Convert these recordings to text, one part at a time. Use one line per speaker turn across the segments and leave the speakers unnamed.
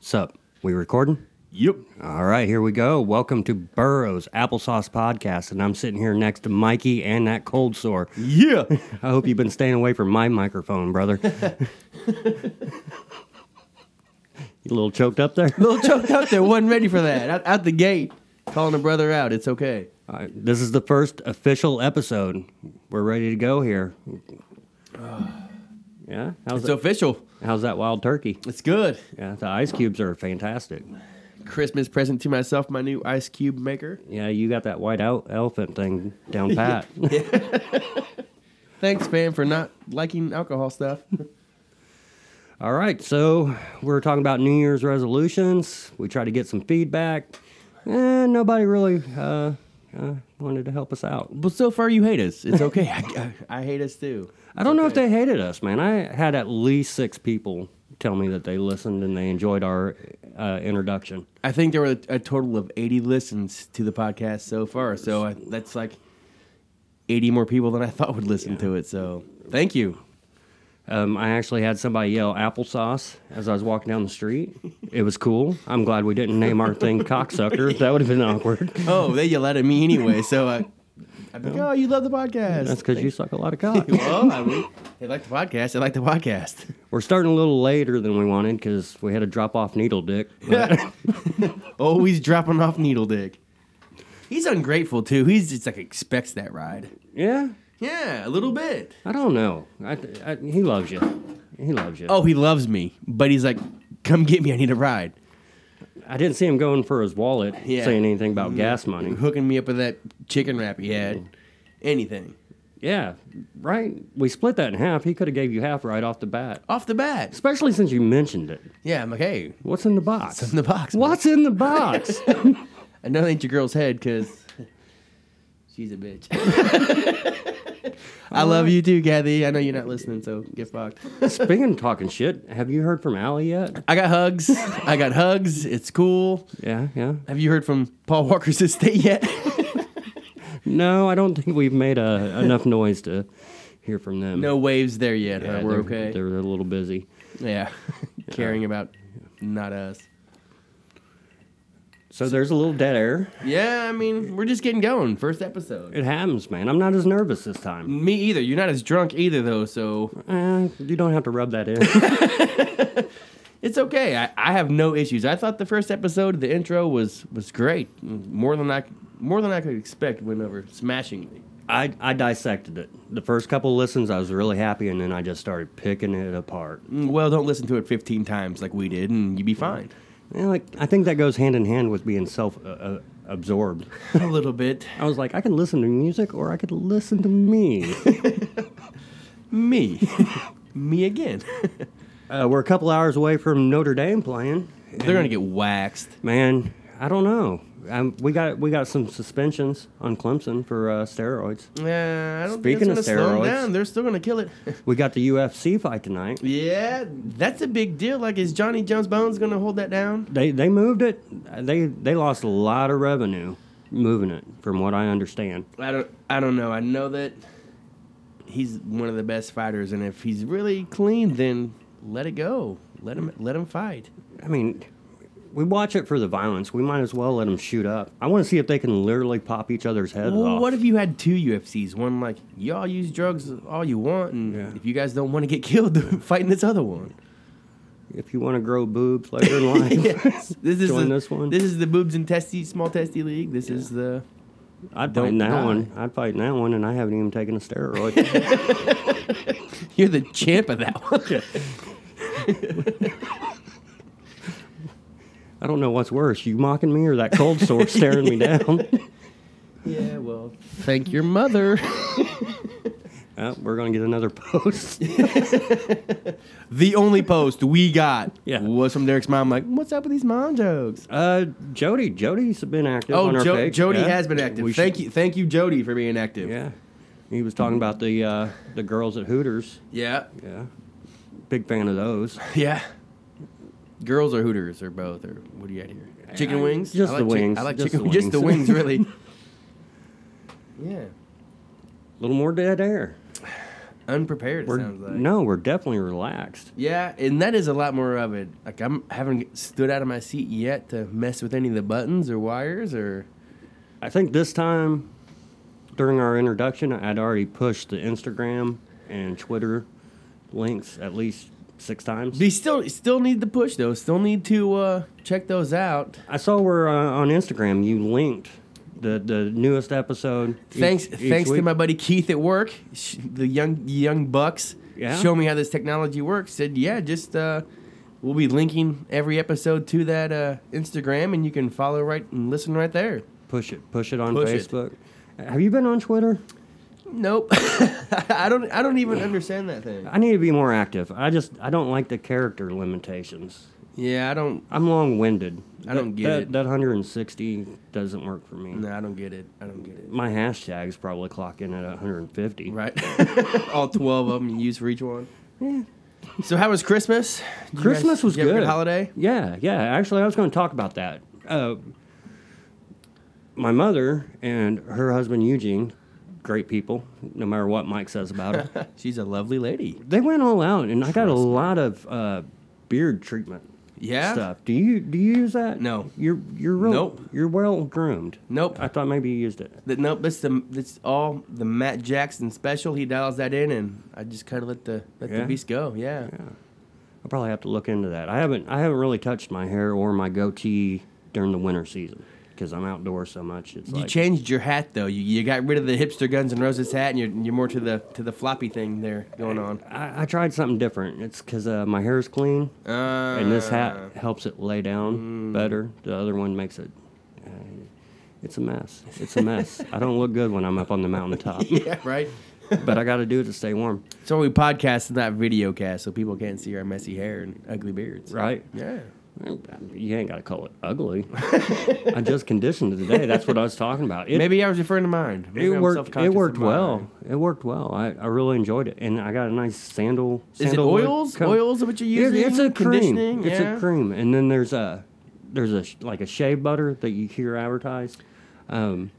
Sup, we recording?
Yep.
All right, here we go. Welcome to Burroughs Applesauce Podcast, and I'm sitting here next to Mikey and that cold sore.
Yeah.
I hope you've been staying away from my microphone, brother. you a little choked up there?
little choked up there. Wasn't ready for that. Out, out the gate, calling a brother out. It's okay.
All right, this is the first official episode. We're ready to go here. Yeah, how's
It's
that,
official.
how's that wild turkey?
It's good.
Yeah, the ice cubes are fantastic.
Christmas present to myself, my new ice cube maker.
Yeah, you got that white out elephant thing down pat.
Thanks, fam, for not liking alcohol stuff.
All right, so we're talking about New Year's resolutions. We tried to get some feedback, and nobody really uh, uh, wanted to help us out.
but so far, you hate us. It's okay. I, I, I hate us too.
I don't know if they hated us, man. I had at least six people tell me that they listened and they enjoyed our uh, introduction.
I think there were a, total of 80 listens to the podcast so far. So I, that's like 80 more people than I thought would listen to it. So thank you.
Um, I actually had somebody yell applesauce as I was walking down the street. It was cool. I'm glad we didn't name our thing cocksucker. That would have been awkward.
Oh, they yell out at me anyway. So I, I'm like, oh, you love the podcast.
That's because you suck a lot of cock.
well, oh, I mean, they like the podcast. They like the podcast.
We're starting a little later than we wanted because we had to drop off Needle Dick. but-
Always dropping off Needle Dick. He's ungrateful too. He's just like expects that ride.
yeah,
Yeah, a little bit.
I don't know. I, I, he loves you. He loves you.
Oh, he loves me, but he's like, "Come get me. I need a ride."
I didn't see him going for his wallet,
Yeah. Mm-hmm.
saying anything about gas money.
Hooking me up with that chicken wrap he had. Mm-hmm. Anything
Yeah, right. We split that in half. He could have gave you half right off the bat.
off the bat.
Especially since you mentioned it.
Yeah, I'm like, hey,
What's in the box?
in the box. man.
What's in the box?
I know that ain't your girl's head because she's a bitch. I love you too, Kathy. I know you're not listening, so get fucked.
Speaking of talking shit, have you heard from Allie yet?
I got hugs. I got hugs. It's cool.
Yeah, yeah.
Have you heard from Paul Walker's estate yet?
No, I don't think we've made uh enough noise to hear from them.
no waves there yet.
Yeah,
huh? We're
they're-
okay.
They're a little busy.
Yeah. Caring about not us.
So there's a little dead air.
Yeah, I mean, we're just getting going. First episode.
It happens, man. I'm not as nervous this time.
Me either. You're not as drunk either, though, so
Eh, you don't have to rub that in.
it's okay. I, I have no issues. I thought the first episode, the intro was was great. More than I more than I could expect. Went over smashingly.
I, I dissected it. The first couple listens, I was really happy, and then I just started picking it apart.
Mm, Well, don't listen to it 15 times like we did, and you'd be fine.
Yeah, like I think that goes hand in hand with being self uh, uh, absorbed.
A little bit.
I was like, I can listen to music, or I could listen to me.
Me. Me again.
uh, we're a couple hours away from Notre Dame playing.
They're gonna get waxed.
Man, I don't know. Um, we got we got some suspensions on Clemson for uh, steroids.
Yeah, I don't
Speaking
think
of
it's gonna slow 'em
steroids-
down. They're still gonna kill it.
We got the UFC fight tonight.
yeah, that's a big deal. Like, is Johnny Jones Bones gonna hold that down?
They they moved it. They they lost a lot of revenue moving it, from what I understand.
I don't. I don't know. I know that he's one of the best fighters, and if he's really clean, then let it go. Let him. Let him fight.
I mean, we watch it for the violence. We might as well let them shoot up. I want to see if they can literally pop each other's heads
Well,
off.
what if you had two UFCs? One like y'all use drugs all you want, and
Yeah.
if you guys don't want to get killed, fighting this other one.
if you want to grow boobs later in life?
Yes. This is
Join
the,
this one?
This is the boobs and testy small testy league. This is the
I'd fight
Don't
in that
die.
one. I'd fight in that one, and I haven't even taken a steroid.
you're the champ of that one.
I don't know what's worse, you mocking me or that cold sore staring me down.
yeah, well, thank your mother.
Uh, we're gonna get another post.
the only post we got
Yeah.
was from Derek's mom. Like, what's up with these mom jokes?
Uh, Jody, Jody's been active on
Oh,
our
jo-
page.
Jody
Yeah.
has been active.
We
thank
should-
you, thank you, Jody, for being active.
Yeah, he was talking about the uh, the girls at Hooters.
yeah,
Yeah, big fan of those.
yeah. Girls or Hooters or both or what do you got here? Chicken
I-
wings.
just
I
the
like chick-
wings,
I like
just
chicken.
the
Just the
wings.
wings, really. yeah.
A little more dead air.
unprepared. It
We're,
sounds like.
No, we're definitely relaxed.
Yeah, and that is a lot more of it. Like I'm haven't stood out of my seat yet to mess with any of the buttons or wires or.
I think this time during our introduction, I'd already pushed the Instagram and Twitter links at least six times.
They still still need to push those. Still need to uh, check those out.
I saw where uh, on Instagram you linked the, the newest episode. each-
Thanks
each
thanks to
week.
my buddy Keith at work, sh- the young young bucks.
Yeah.
Show me how this technology works. Said yeah, just uh, we'll be linking every episode to that uh, Instagram, and you can follow right and listen right there.
push it, push it on
Push it.
Facebook. Have you been on Twitter?
Nope, I don't I don't even understand that thing.
I need to be more active. I just I don't like the character limitations.
Yeah, I don't
I'm long-winded.
I don't get
that,
it.
That 160 doesn't work for me.
no I don't get it. I don't get it.
My hashtags probably clock in at 150.
Right. All 12 of them you use for each one.
Yeah.
So, how was Christmas? Did you
Christmas
guys-
was
did you have a
good.
holiday?
Yeah, yeah. Actually, I was going to talk about that. Uh, my mother and her husband Eugene, great people, no matter what Mike says about her.
She's a lovely lady.
they went all out, and I got a lot of uh, beard treatment
Yeah.
stuff. Do you do you use that?
No.
You're you're real,
Nope.
You're well groomed.
Nope.
I thought maybe you used it.
Th- nope. That's the that's all the Matt Jackson special. He dials that in, and I just kind of let the let
Yeah?
the beast go. Yeah.
I'll probably have to look into that. I haven't I haven't really touched my hair or my goatee during the winter season because I'm outdoors so much. It's
You
like
changed your hat though. You, you got rid of the hipster Guns and Roses hat, and you're, you're more to the to the floppy thing there going on.
I, I tried something different. It's because uh, my hair is clean
Uh, Mm.
and this hat helps it lay down better. The other one makes it. Uh, it's a mess. It's a mess. I don't look good when I'm up on the mountaintop,
Yeah. Right.
but I got to do it to stay warm.
So we podcast, not video cast, so people can't see our messy hair and ugly beards.
Right.
Yeah.
You ain't got to call it ugly. I just conditioned it today. That's what I was talking about. It,
Maybe I was referring to mine. Maybe
it
I'm
worked.
self-conscious
It
of
worked
mine.
well. It worked well. I, I really enjoyed it, and I got a nice sandal.
Is it
sandalwood
oils?
co-
Oils of what you're
It-
using?
it's a cream.
Conditioning?
It's
Yeah.
a cream, and then there's a there's a sh- like a shea butter that you hear advertised, um,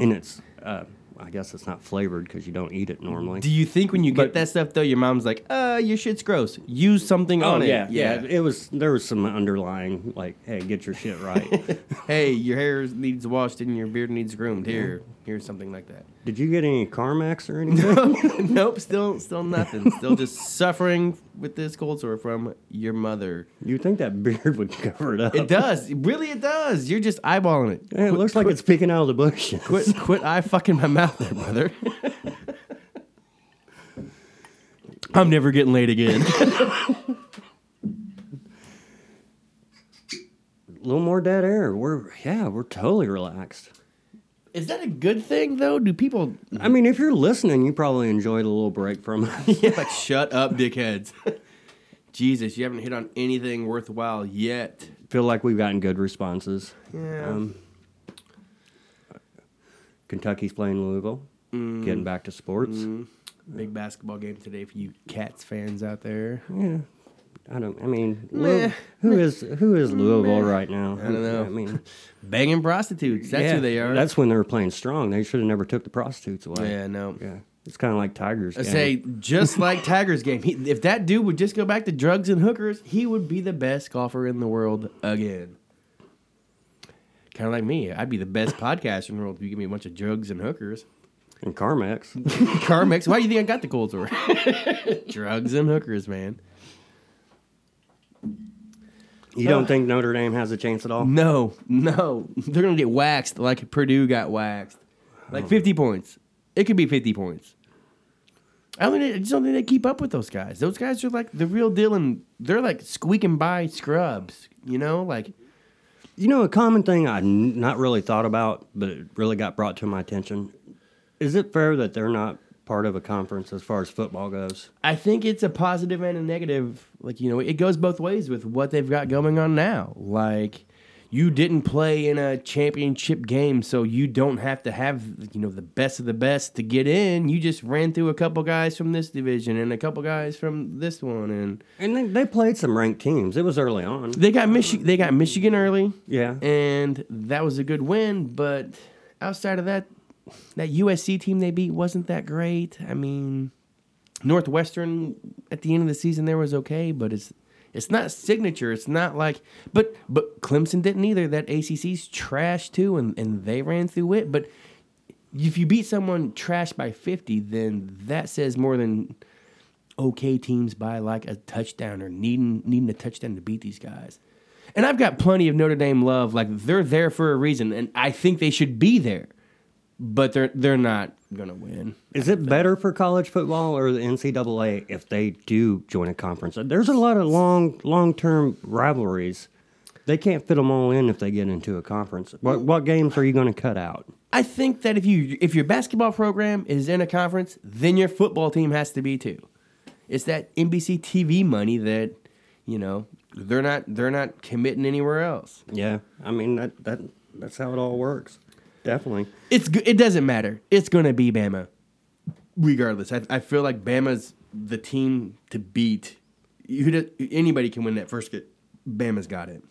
and it's uh, I guess it's not flavored because you don't eat it normally.
Do you think when you
But-
get that stuff though, your mom's like, "Uh, your shit's gross. Use something
Oh
on
yeah,
it."
yeah, It was there was some underlying like, hey, get your shit right.
Hey, your hair needs washed and your beard needs groomed. Here, here's something like that.
Did you get any Carmex or anything?
nope, still, still nothing. Still just suffering with this cold sore from your mother.
You'd think that beard would cover it up.
It does, really, it does. You're just eyeballing it.
Yeah, it looks like it's peeking out of the bush.
Quit, quit eye fucking my mouth there, brother. I'm never getting laid again.
A little more dead air. We're yeah, we're totally relaxed.
Is that a good thing though? Do people
I mean, if you're listening, you probably enjoyed a little break from us.
like shut up, dickheads? Jesus, you haven't hit on anything worthwhile yet.
Feel like we've gotten good responses.
Yeah.
Um, Kentucky's playing Louisville. Getting back to sports.
Mm-hmm. Big basketball game today for you Cats fans out there.
Yeah. I don't. I mean, Lou-
Meh. Mm-hmm.
who is who is Louisville right now? I
don't know.
I mean,
Banging prostitutes. That's
yeah,
who they are.
That's when they were playing strong. They should have never took the prostitutes away.
yeah, no.
Yeah. It's kind of like Tigers.
I
game.
say just like Tiger's game. He, if that dude would just go back to drugs and hookers, he would be the best golfer in the world again. Kind of like me, I'd be the best podcaster in the world if you give me a bunch of drugs and hookers.
and Carmex.
Carmex. Why do you think I got the cold sore? Drugs and hookers, man.
You don't think Notre Dame has a chance at all?
No, no. They're going to get waxed like Purdue got waxed. Like 50 points. It could be 50 points. I, mean, I just don't think they keep up with those guys. Those guys are like the real deal, and they're like squeaking by scrubs, you know? Like,
You know, a common thing I n- not really thought about, but it really got brought to my attention. Is it fair that they're not part of a conference as far as football goes?
I think it's a positive and a negative. Like, you know, it goes both ways with what they've got going on now. Like, you didn't play in a championship game, so you don't have to have, you know, the best of the best to get in. You just ran through a couple guys from this division and a couple guys from this one. And
And they, they played some ranked teams. It was early on.
they got, Michi- they got Michigan early,
Yeah.
and that was a good win. But outside of that, that USC team they beat wasn't that great. I mean, Northwestern at the end of the season there was okay, but it's it's not signature. It's not like but but Clemson didn't either. That ACC's trash too, and and they ran through it. But if you beat someone trash by fifty, then that says more than okay teams by like a touchdown or needing needing a touchdown to beat these guys. And I've got plenty of Notre Dame love. Like they're there for a reason, and I think they should be there. But they're they're not gonna win.
Is it better for college football or the NCAA if they do join a conference? There's a lot of long long term rivalries. They can't fit them all in if they get into a conference. What, what games are you going to cut out?
I think that if you if your basketball program is in a conference, then your football team has to be too. It's that NBC TV money that you know they're not they're not committing anywhere else.
Yeah, I mean that that that's how it all works. Definitely.
It's go- it doesn't matter. It's gonna be Bama, regardless. I, I feel like Bama's the team to beat. Who does, anybody can win that first get. Bama's got it.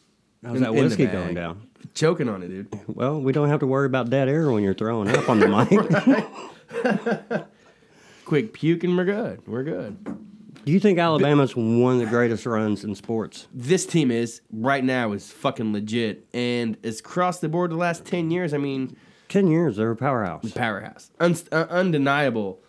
How's
In-
that
in the
whiskey
bag.
going down?
Choking on it, dude.
Well, we don't have to worry about dead air when you're throwing up on the mic.
Quick puke and we're good. We're good.
do you think Alabama's one of the greatest runs in sports?
This team is right now is fucking legit and it's crossed the board the last ten years. I mean,
Ten years, they're a powerhouse.
powerhouse, Un- uh, undeniable.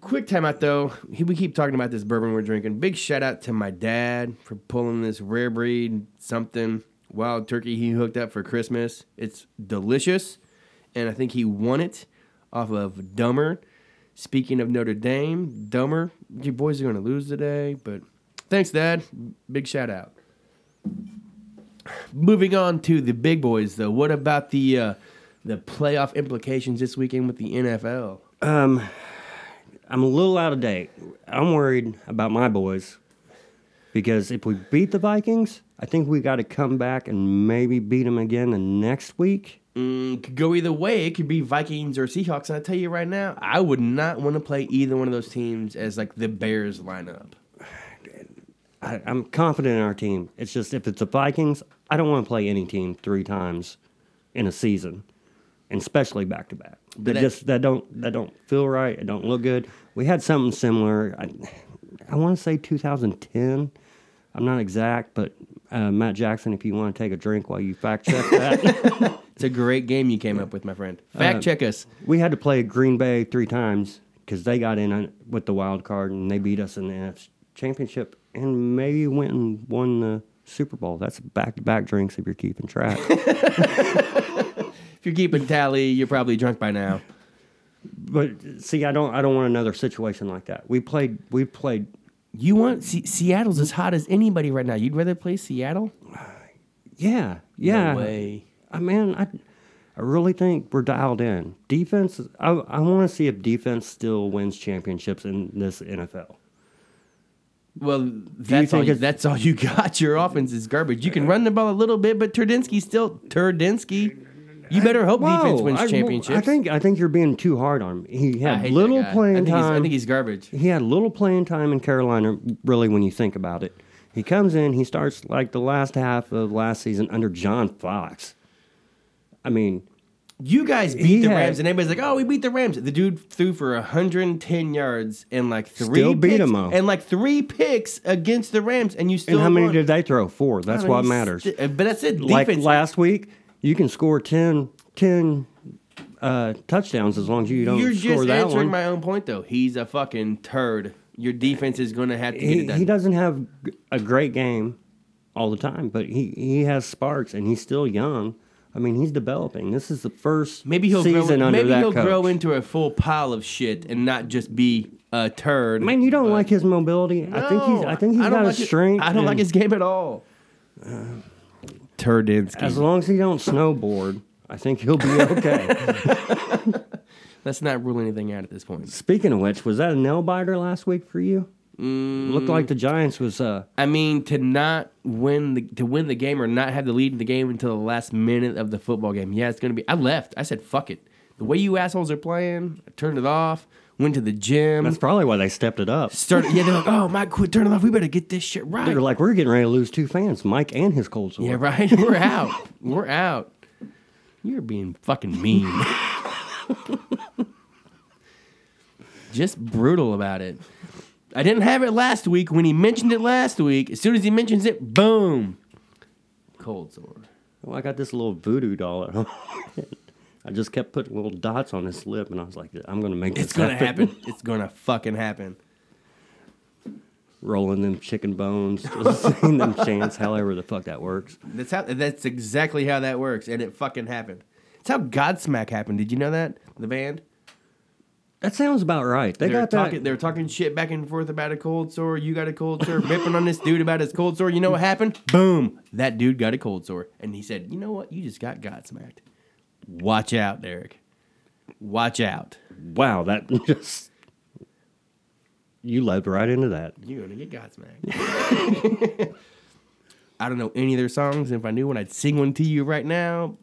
Quick time out though. He- We keep talking about this bourbon we're drinking. Big shout out to my dad for pulling this rare breed something wild turkey he hooked up for Christmas. It's delicious, and I think he won it off of Dumber. Speaking of Notre Dame, Dumber, your boys are going to lose today, but thanks, Dad. Big shout out. Moving on to the big boys, though. What about the uh, the playoff implications this weekend with the NFL?
I'm a little out of date. I'm worried about my boys because if we beat the Vikings, I think we got to come back and maybe beat them again the next week.
Mm, could go either way. It could be Vikings or Seahawks. And I tell you right now, I would not want to play either one of those teams as like the Bears lineup.
I, I'm confident in our team. It's just if it's the Vikings, I don't want to play any team three times in a season, and especially back to back. That
that-
just that don't that don't feel right. It don't look good. We had something similar. I, I want to say 2010. I'm not exact, but uh, Matt Jackson, if you want to take a drink while you fact check that,
It's a great game you came up with, my friend. Fact check us.
we had to play Green Bay three times because they got in on, with the wild card and they beat us in the NFC Championship and maybe went and won the Super Bowl. That's back to back drinks if you're keeping track.
If you're keeping tally, you're probably drunk by now.
but see, I don't I don't want another situation like that. We played we played.
You want Se- Seattle's as hot as anybody right now. You'd rather play Seattle?
Yeah, yeah.
No way.
I mean, I, I really think we're dialed in. Defense, is- I, I want to see if defense still wins championships in this NFL.
Well, that's all.
think
You,
it's-
that's all you got. Your offense is garbage. You can run the ball a little bit, but Turdinsky's still Turdinsky. You better hope defense
Whoa,
wins
I-
championships.
I think I think you're being too hard on him. He
I
had
hate that
little
guy. I
playing
think he's- I
time.
think he's garbage.
he had little playing time in Carolina. Really, when you think about it, he comes in. He starts like the last half of last season under John Fox. I mean,
You guys beat
He
the
had-
Rams, and everybody's like, "Oh, we beat the Rams." The dude threw for 110 yards and like three
Still beat
picks,
him, though.
and like three picks against the Rams, and you still.
and how many
won.
did they throw? Four. That's
I
what
mean,
matters.
st- uh, but that's it. Defense.
like last week, you can score 10, 10 uh, touchdowns as long as you don't
you're
score
just
that
answering
one.
my own point, though. He's a fucking turd. Your defense is going to have to get it
he,
done.
he doesn't have g- a great game all the time, but he, he has sparks and he's still young. I mean, he's developing. This is the first
Maybe he'll
season
grow,
under
maybe
that
he'll
coach.
grow into a full pile of shit and not just be a turd.
I mean, you don't like his mobility. I think he's.
No,
I think he's
don't
got
like
a
his-
strength.
I don't like
and Uh,
his game at all.
As
Turdinsky.
long as he don't snowboard, I think he'll be okay.
Let's not rule anything out at this point.
Speaking of which, was that a nail biter last week for you?
Mm.
Looked like the Giants was. Uh,
I mean, to not win the to win the game or not have the lead in the game until the last minute of the football game. Yeah, it's gonna be. I left. I said, "Fuck it." The way you assholes are playing, I turned it off. Went to the gym.
that's probably why they stepped it up.
started. Yeah, they're like, "Oh, Mike, quit turning it off. We better get this shit right."
They're like, we're getting ready to lose two fans, Mike and his cold sore.
Yeah, right. We're out. We're out. You're being fucking mean. Did just brutal about it. I didn't have it last week. When he mentioned it last week, as soon as he mentions it, boom, cold sore.
Well, Oh, I got this little voodoo doll at home. I just kept putting little dots on his lip, and I was like, "I'm gonna make this
It's gonna happen. It's gonna fucking happen.
Rolling them chicken bones, just seeing them chance, however the fuck that works.
That's how. That's exactly how that works, and it fucking happened. It's how Godsmack happened. Did you know that the band?
That sounds about right. They
They were
got that.
talking. They were talking shit back and forth about a cold sore. You got a cold sore. Ripping on this dude about his cold sore. You know what happened? Boom! That dude got a cold sore, and he said, "You know what? You just got Godsmacked. Watch out, Derek. Watch out.
wow, that just you led right into that.
You're gonna get Godsmacked." I don't know any of their songs. If I knew one, I'd sing one to you right now.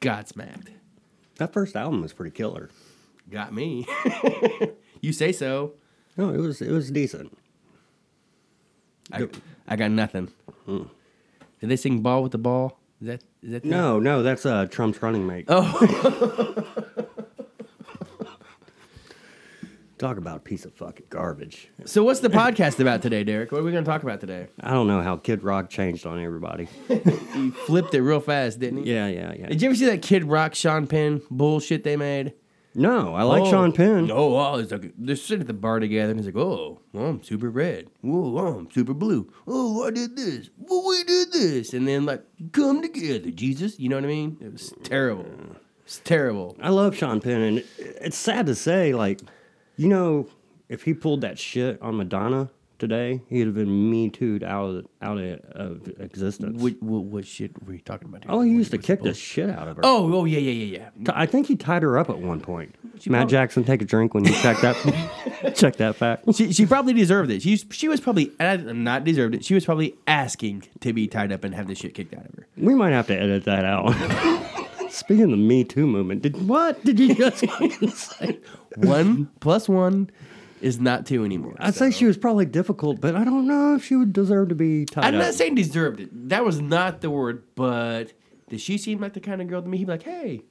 Godsmacked.
That first album was pretty killer.
Got me. you say so.
No, it was it was decent.
I, I got nothing. Mm. Did they sing "Ball with the Ball"? Is that is that the-
No, no, that's uh, Trump's running mate.
Oh,
Talk about a piece of fucking garbage.
so what's the podcast about today, Derek? What are we going to talk about today?
I don't know how Kid Rock changed on everybody.
He flipped it real fast, didn't he?
Yeah, yeah, yeah.
Did you ever see that Kid Rock Sean Penn bullshit they made?
No, I like
Oh,
Sean Penn.
No, oh, he's like, they're sitting at the bar together, and he's like, "Oh, well, I'm super red. Whoa, oh, I'm super blue. Oh, I did this. Well, we did this." And then like, come together, Jesus. You know what I mean? It was terrible. It's terrible.
I love Sean Penn, and it- it's sad to say, like, you know, if he pulled that shit on Madonna today, he'd have been me tooed out of out of existence.
What, what, what shit were you talking about? Here?
oh, he
What-
used to
what's
kick
bull-
the shit out of her.
Oh, oh yeah, yeah, yeah, yeah.
T- I think he tied her up at one point.
She
Matt
probably-
Jackson, take a drink when you check that check that fact.
She, she probably deserved it. She was, she was probably uh, not deserved it. She was probably asking to be tied up and have the shit kicked out of her.
We might have to edit that out. Speaking of the Me Too movement, did what did you just say?
One plus one is not two anymore.
I'd say she was probably difficult, but I don't know if she would deserve to be tied
I'm
up.
not saying deserved it. That was not the word. But does she seem like the kind of girl to me? He'd be like, hey,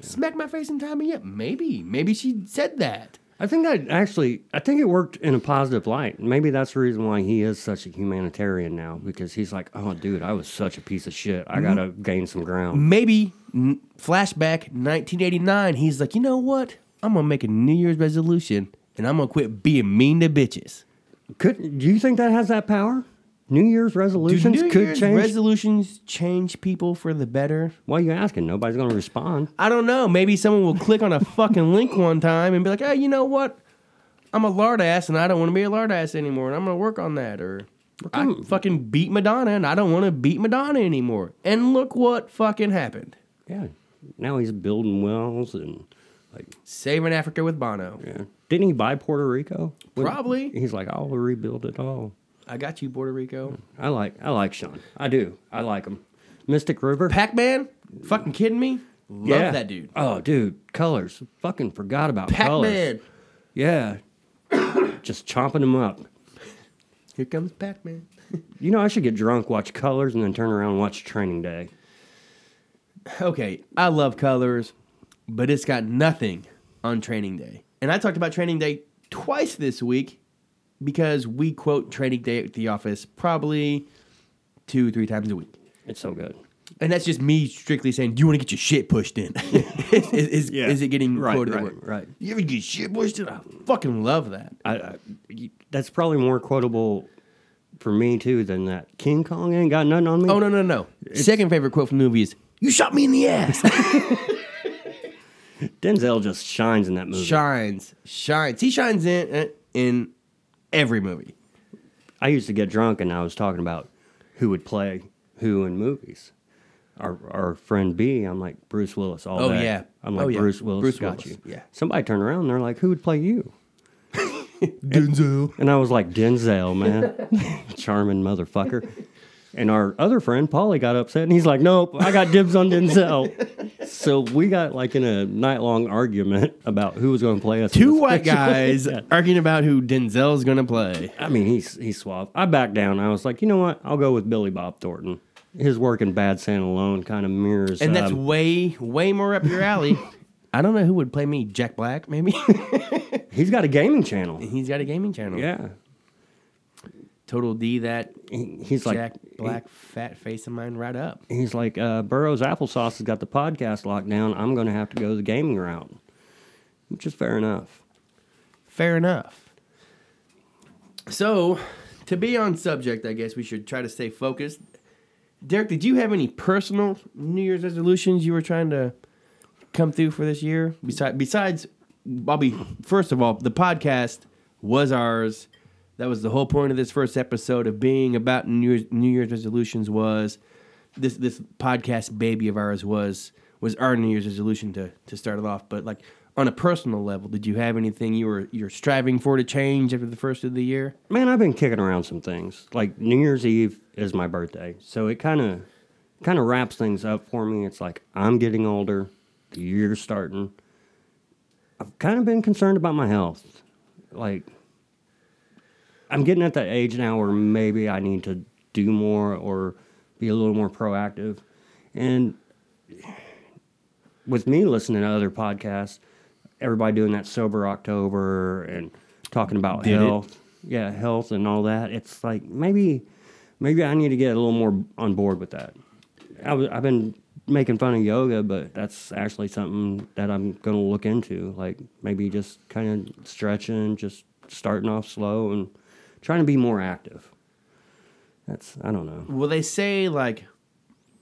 smack my face and tie me up. Maybe, maybe she said that.
I think that actually, I think it worked in a positive light. Maybe that's the reason why he is such a humanitarian now, because he's like, oh, dude, I was such a piece of shit. I gotta
Mm-hmm.
gain some ground.
maybe n- flashback 1989 he's like you know what i'm gonna make a new year's resolution and i'm gonna quit being mean to bitches
Could do you think that has that power? New Year's
do
resolutions
new
could
year's
change.
resolutions change people for the better
Why are you asking? Nobody's gonna respond.
i don't know maybe someone will click on a fucking link one time and be like hey you know what i'm a lard ass and i don't want to be a lard ass anymore and i'm gonna work on that or i
coming-
fucking beat madonna and i don't want to beat madonna anymore and look what fucking happened
Yeah. Now he's building wells and like,
saving africa with bono
yeah. Didn't he buy Puerto Rico? When-
Probably.
He's like, I'll rebuild it all.
i got you puerto rico
I like, I like Sean. I do. I like him. Mystic River.
Pac Man? Fucking kidding me? Love
Yeah.
that dude.
Oh, dude, colors. Fucking forgot about
Pac
colors.
Man.
Yeah. Just chomping them up.
Here comes Pac Man.
You know, I should get drunk, watch colors, and then turn around and watch Training Day.
Okay, I love colors, but it's got nothing on training day. And I talked about training day twice this week because we quote training day at the office probably two, three times a week.
It's so good.
And that's just me strictly saying, do you want to get your shit pushed in? is, is,
Yeah.
is it getting
Right,
quoted? at
right,
work?
right.
You ever get your shit pushed in? I fucking love that.
I, I y- that's probably more quotable for me too than that King Kong ain't got nothing on me.
Oh, no, no, no. Second favorite quote from the movie is, you shot me in the ass.
Denzel just shines in that movie.
shines, shines. He shines in uh, in every movie.
I used to get drunk and I was talking about who would play who in movies. Our, our friend B, I'm like Bruce Willis all
Oh,
day.
yeah.
I'm like
Oh, yeah.
Bruce Willis
Bruce
got
Willis,
you.
yeah.
Somebody turned around and they're like, who would play you?
Denzel.
And I was like, Denzel, man. Charming motherfucker. And our other friend, Polly, got upset and he's like, Nope, I got dibs on Denzel. so we got like in a night long argument about who was going to play us. in
Two
this
white
picture.
guys arguing about who Denzel's gonna play.
I mean, he's, he's suave. I backed down. I was like, You know what? I'll go with Billy Bob Thornton. His work in Bad Santa Alone kind of mirrors.
And that's
um,
way, way more up your alley. I don't know who would play me. Jack Black, maybe?
He's got a gaming channel.
He's got a gaming channel.
Yeah.
Total D that
He- he's like
Jack Black fat face of mine right up.
he- he's like uh, Burroughs Applesauce has got the podcast locked down. I'm going to have to go the gaming route, which is fair enough.
Fair enough. So, to be on subject, I guess we should try to stay focused. Derek, did you have any personal New Year's resolutions you were trying to come through for this year? Besides, besides, Bobby, first of all, the podcast was ours. That was the whole point of this first episode of being about New Year's, New Year's resolutions was this this podcast baby of ours was was our New Year's resolution to to start it off. But like on a personal level, did you have anything you were you're striving for to change after the first of the year?
Man, I've been kicking around some things. Like New Year's Eve is my birthday, so it kind of kind of wraps things up for me. It's like I'm getting older, the year's starting. I've kind of been concerned about my health. Like I'm getting at that age now where maybe I need to do more or be a little more proactive. And with me listening to other podcasts, everybody doing that sober October and talking about
Did it.
health, yeah, health and all that. It's like maybe, maybe I need to get a little more on board with that. I was, I've been making fun of yoga, but that's actually something that I'm going to look into. Like maybe just kind of stretching, just starting off slow and trying to be more active. That's I don't know.
Well, they say like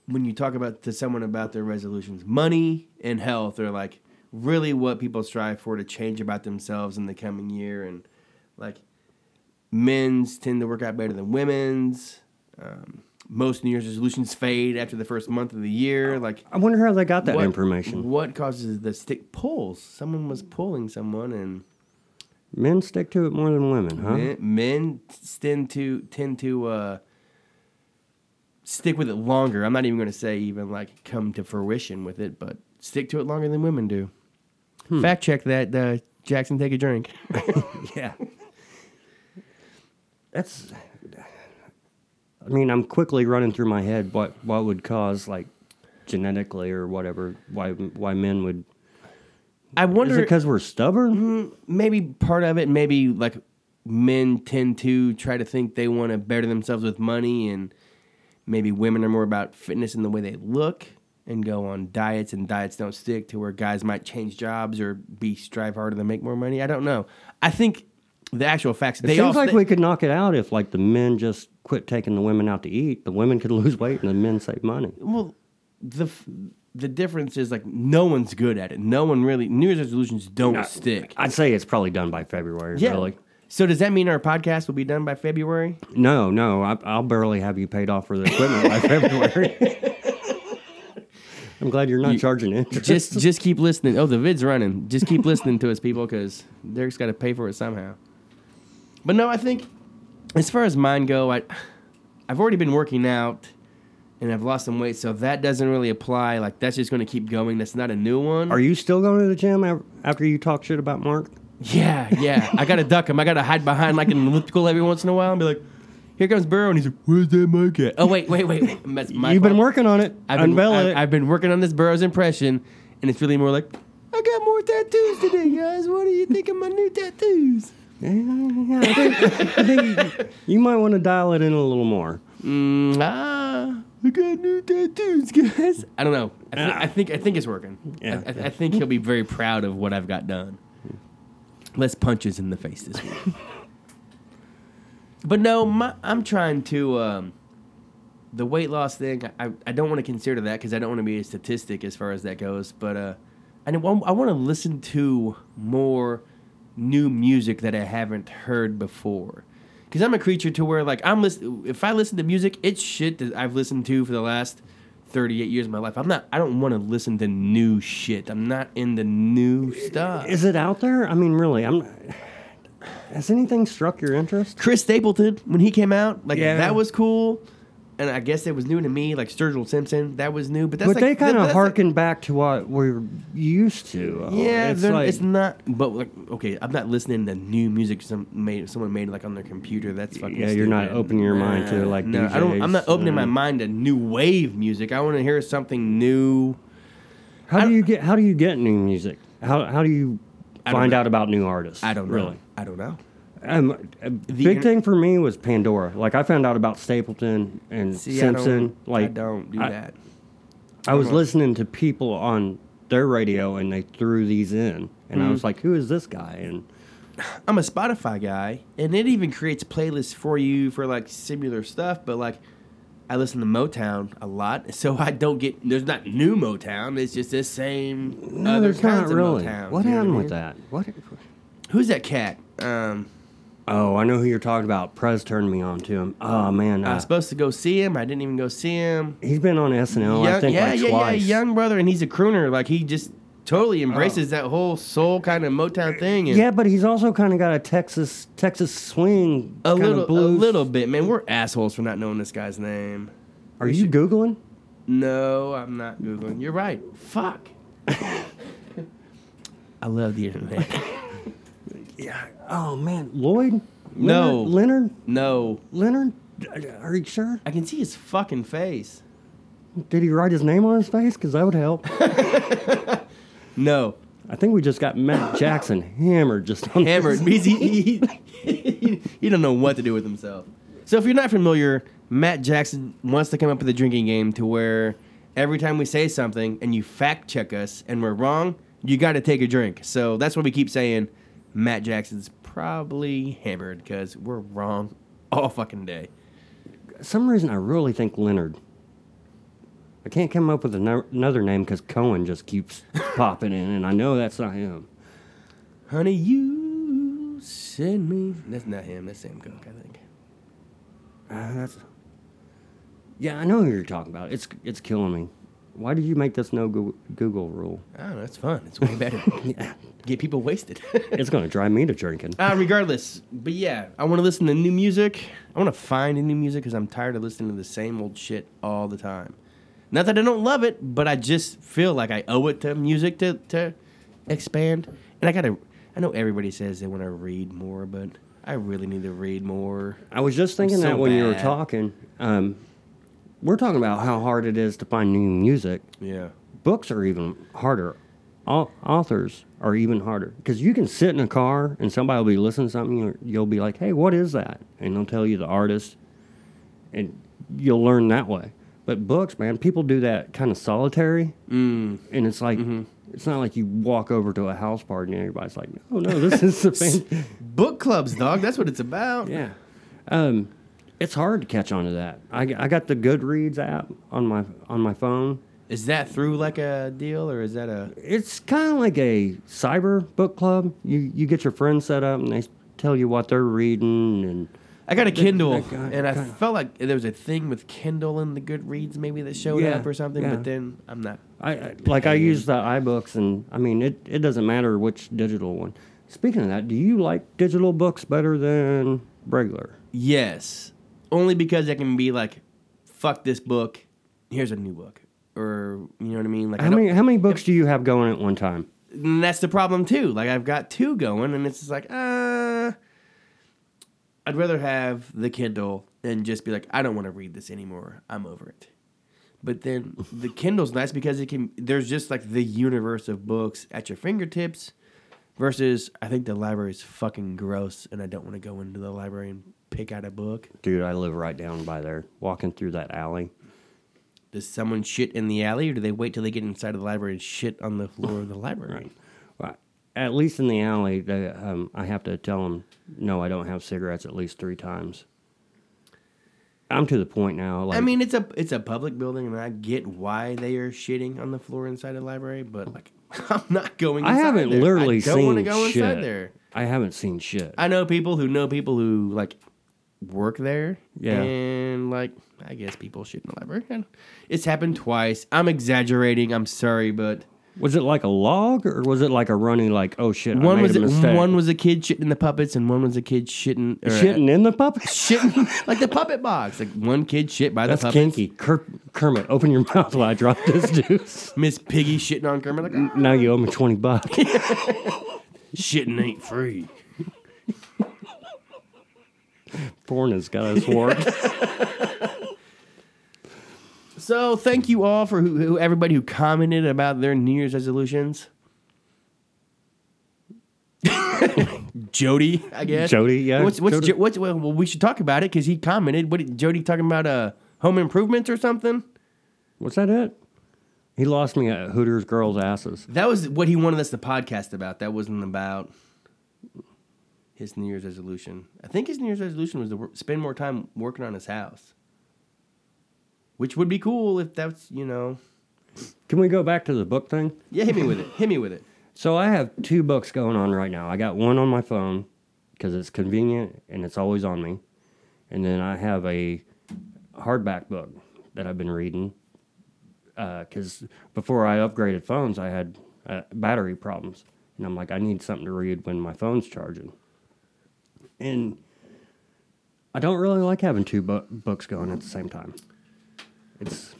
when you talk about to someone about their resolutions, money and health are like really what people strive for to change about themselves in the coming year, and like men's tend to work out better than women's. Um, most New Year's resolutions fade after the first month of the year. Like
I wonder how they got that information.
What causes the stick pulls? Someone was pulling someone, and
Men stick to it more than women, huh?
men, men tend to tend to uh, stick with it longer. I'm not even going to say even like come to fruition with it, but stick to it longer than women do. Fact check that, uh, Jackson. Take a drink.
Yeah. That's. I mean, I'm quickly running through my head what what would cause like genetically or whatever why why men would
I
is it
wonder
because we're stubborn?
maybe part of it, maybe like men tend to try to think they want to better themselves with money, and maybe women are more about fitness and the way they look and go on diets, and diets don't stick to where guys might change jobs or be strive harder to make more money. I don't know. I think the actual facts.
It
they all
seems like
thi-
we could knock it out if like the men just quit taking the women out to eat. The women could lose weight and the men save money.
well the f- the difference is like no one's good at it. No one really. New Year's resolutions don't stick.
I'd say it's probably done by February.
yeah.
Really.
So does that mean our podcast will be done by February?
No, no, I, I'll barely have you paid off for the equipment by February. I'm glad you're not charging interest.
just just keep listening. Oh, the vid's running. Just keep listening to us, people, because Derek's got to pay for it somehow. But no, I think as far as mine go, I I've already been working out and I've lost some weight, so that doesn't really apply. Like that's just going to keep going. That's not a new one.
Are you still going to the gym af- after you talk shit about Mark?
yeah, yeah. I gotta duck him. I gotta hide behind like an elliptical every once in a while and be like, "Here comes Burrow," and he's like, "Where's that mic at?" Oh wait, wait, wait. wait. That's my
You've been
fault.
working on it.
I've been,
Unveil it.
I've, I've been working on this Burroughs impression, and it's really more like, I got more tattoos today, guys. What do you think of my new tattoos?
Yeah, yeah, I think, I think you- you might want to dial it in a little more.
Mm, ah, I got new tattoos, guys. I don't know. I, thi- I think I think it's working.
Ah. Yeah,
I, I, I think he'll be very proud of what I've got done. Less punches in the face this week. but no, my, I'm trying to. Um, the weight loss thing, I, I don't want to consider that because I don't want to be a statistic as far as that goes. But uh, I, know- I want to listen to more new music that I haven't heard before. Because I'm a creature to where, like, I'm listen- if I listen to music, it's shit that I've listened to for the last 38 years of my life. I'm not, I don't want to listen to new shit. I'm not into new stuff.
Is it out there? I mean, really, I'm. Has anything struck your interest?
Chris Stapleton when he came out, like
Yeah.
that was cool, and I guess it was new to me. Like Sturgill Simpson, that was new, but that's
but
like,
they kind
that-
of
that's
harken back to what we're used to.
Like, yeah,
it's
it's,
like,
it's not. But like, okay, I'm not listening to new music some made someone made like on their computer. That's fucking.
Yeah, you're not
stupid.
opening your mind to, like,
no, I don't. I'm not
DJs,
opening my
uh,
mind to new wave music. I want to hear something new.
how
I
do you get? How do you get new music? How how do you
don't
find
know.
out about new artists.
I don't know.
really.
I don't know.
Um, a big
inter-
thing for me was Pandora. Like I found out about Stapleton and
See, I
Simpson.
don't,
like
I don't do
I-
that.
I was listening to people on their radio and they threw these in, and I was
Mm-hmm.
like, "Who is this guy?" And
I'm a Spotify guy, and it even creates playlists for you for like similar stuff. But like, I listen to Motown a lot, so I don't get there's not new Motown. It's just the same
no,
other
there's not
kinds of
really.
Motown.
what
you know I
happened
mean?
with that? What?
Who's that cat? Um,
Oh, I know who you're talking about. Prez turned me on to him. Oh man,
I
uh,
was supposed to go see him. I didn't even go see him.
he's been on SNL. Oh, I
Young-
think
yeah,
like
yeah,
twice. Oh.
yeah, young brother, and he's a crooner. Like he just totally embraces that whole soul kind of Motown thing. And
Yeah, but he's also kind of got a Texas Texas swing
a
kinda
little,
blues.
a little bit, man. We're assholes for not knowing this guy's name.
Are you googling?
No, I'm not googling. You're right. Fuck. I love the internet.
Yeah. Oh man, Lloyd.
No.
Leonard.
no,
Leonard. Leonard? Are you sure?
I can see his fucking face.
Did he write his name on his face? Because that would help.
No,
I think we just got Matt Jackson hammered just on this.
hammered. means he, he, he, he don't know what to do with himself. So if you're not familiar, Matt Jackson wants to come up with a drinking game to where every time we say something and you fact check us and we're wrong, you got to take a drink. So that's why we keep saying Matt Jackson's probably hammered because we're wrong all fucking day.
some reason, I really think Leonard. I can't come up with ano- another name because Cohen just keeps popping in, and I know that's not him.
Honey, you send me. That's not him. That's Sam Cooke, I think.
Uh, that's. Yeah, I know who you're talking about. It's it's killing me. Why did you make this no Goo- Google rule?
I don't know. It's fun. It's way better. Get people wasted.
It's gonna drive me to drinking.
uh, regardless, but yeah, I want to listen to new music. I want to find new music because I'm tired of listening to the same old shit all the time. Not that I don't love it, but I just feel like I owe it to music to to expand. And I gotta. I know everybody says they want to read more, but I really need to read more.
I was just thinking
so
that when you were
bad.
talking. Um, we're talking about how hard it is to find new music.
Yeah.
books are even harder. Au- authors are even harder because you can sit in a car and somebody will be listening to something. You'll, you'll be like, "Hey, what is that?" And they'll tell you the artist, and you'll learn that way. But books, man, people do that kind of solitary, mm. and it's like it's not like you walk over to a house party and everybody's like, "Oh no, this is a fan."
Book clubs, dog. That's what it's about.
yeah, um, it's hard to catch on to that. I, g- I got the Goodreads app on my on my phone.
Is that through like a deal or is that a
it's kind of like a cyber book club. You you get your friends set up and they tell you what they're reading and
I got a Kindle
that guy-
and I
kinda-
felt like there was a thing with Kindle and the Goodreads maybe that showed
Yeah,
up or something,
yeah.
but then I'm not.
I, I like I use the iBooks and I mean it it doesn't matter which digital one. Speaking of that, do you like digital books better than regular?
Yes. Only because I can be like, fuck this book. Here's a new book. Or, you know what I mean? Like, I
How
don't-
many how many books do you have going at one time?
and that's the problem too. Like I've got two going, and it's just like, uh, I'd rather have the Kindle than just be like, I don't want to read this anymore. I'm over it. But then the Kindle's nice because it can. There's just like the universe of books at your fingertips. Versus, I think the library is fucking gross, and I don't want to go into the library and pick out a book.
Dude, I live right down by there, walking through that alley.
Does someone shit in the alley, or do they wait till they get inside of the library and shit on the floor of the library?
Well, At least in the alley, they, um, I have to tell them, no, I don't have cigarettes at least three times. I'm to the point now. Like,
I mean, it's a it's a public building, and I get why they are shitting on the floor inside a library, but like, I'm not going.
I
Inside
haven't
there.
literally
I don't
seen
wanna go
shit.
inside there.
I haven't seen shit.
I know people who know people who like work there.
Yeah.
and like, I guess people shit in the library. And It's happened twice. I'm exaggerating. I'm sorry, but
was it like a log or was it like a running like, oh shit, I
one
made
was
a mistake?
one was a kid shitting in the puppets, and one was a kid shitting or, uh,
shitting in the puppet?
shitting like the puppet box. Like one kid shit by
That's
the puppet.
kinky. Ker- Kermit, open your mouth while I drop this deuce.
Miss Piggy shitting on Kermit. Like, "Ah,
now you owe me 20 bucks.
shitting ain't free.
Porn has got us warped.
So thank you all for who, who everybody who commented about their New Year's resolutions. Jody, I guess.
Jody, yeah,
What's what's
Jody.
Jo- what's well, we should talk about it because he commented. What did- Jody talking about? Uh, home improvements or something?
Was that it? He lost me at Hooters girls' asses.
That was what he wanted us to podcast about. That wasn't about his New Year's resolution. I think his New Year's resolution was to wor- spend more time working on his house, which would be cool if that's you know.
Can we go back to the book thing?
Yeah, hit me with it. Hit me with it.
So I have two books going on right now. I got one on my phone because it's convenient and it's always on me, and then I have a hardback book that I've been reading. Because before I upgraded phones, I had uh, battery problems, and I'm like, I need something to read when my phone's charging. And I don't really like having two bu- books going at the same time. It's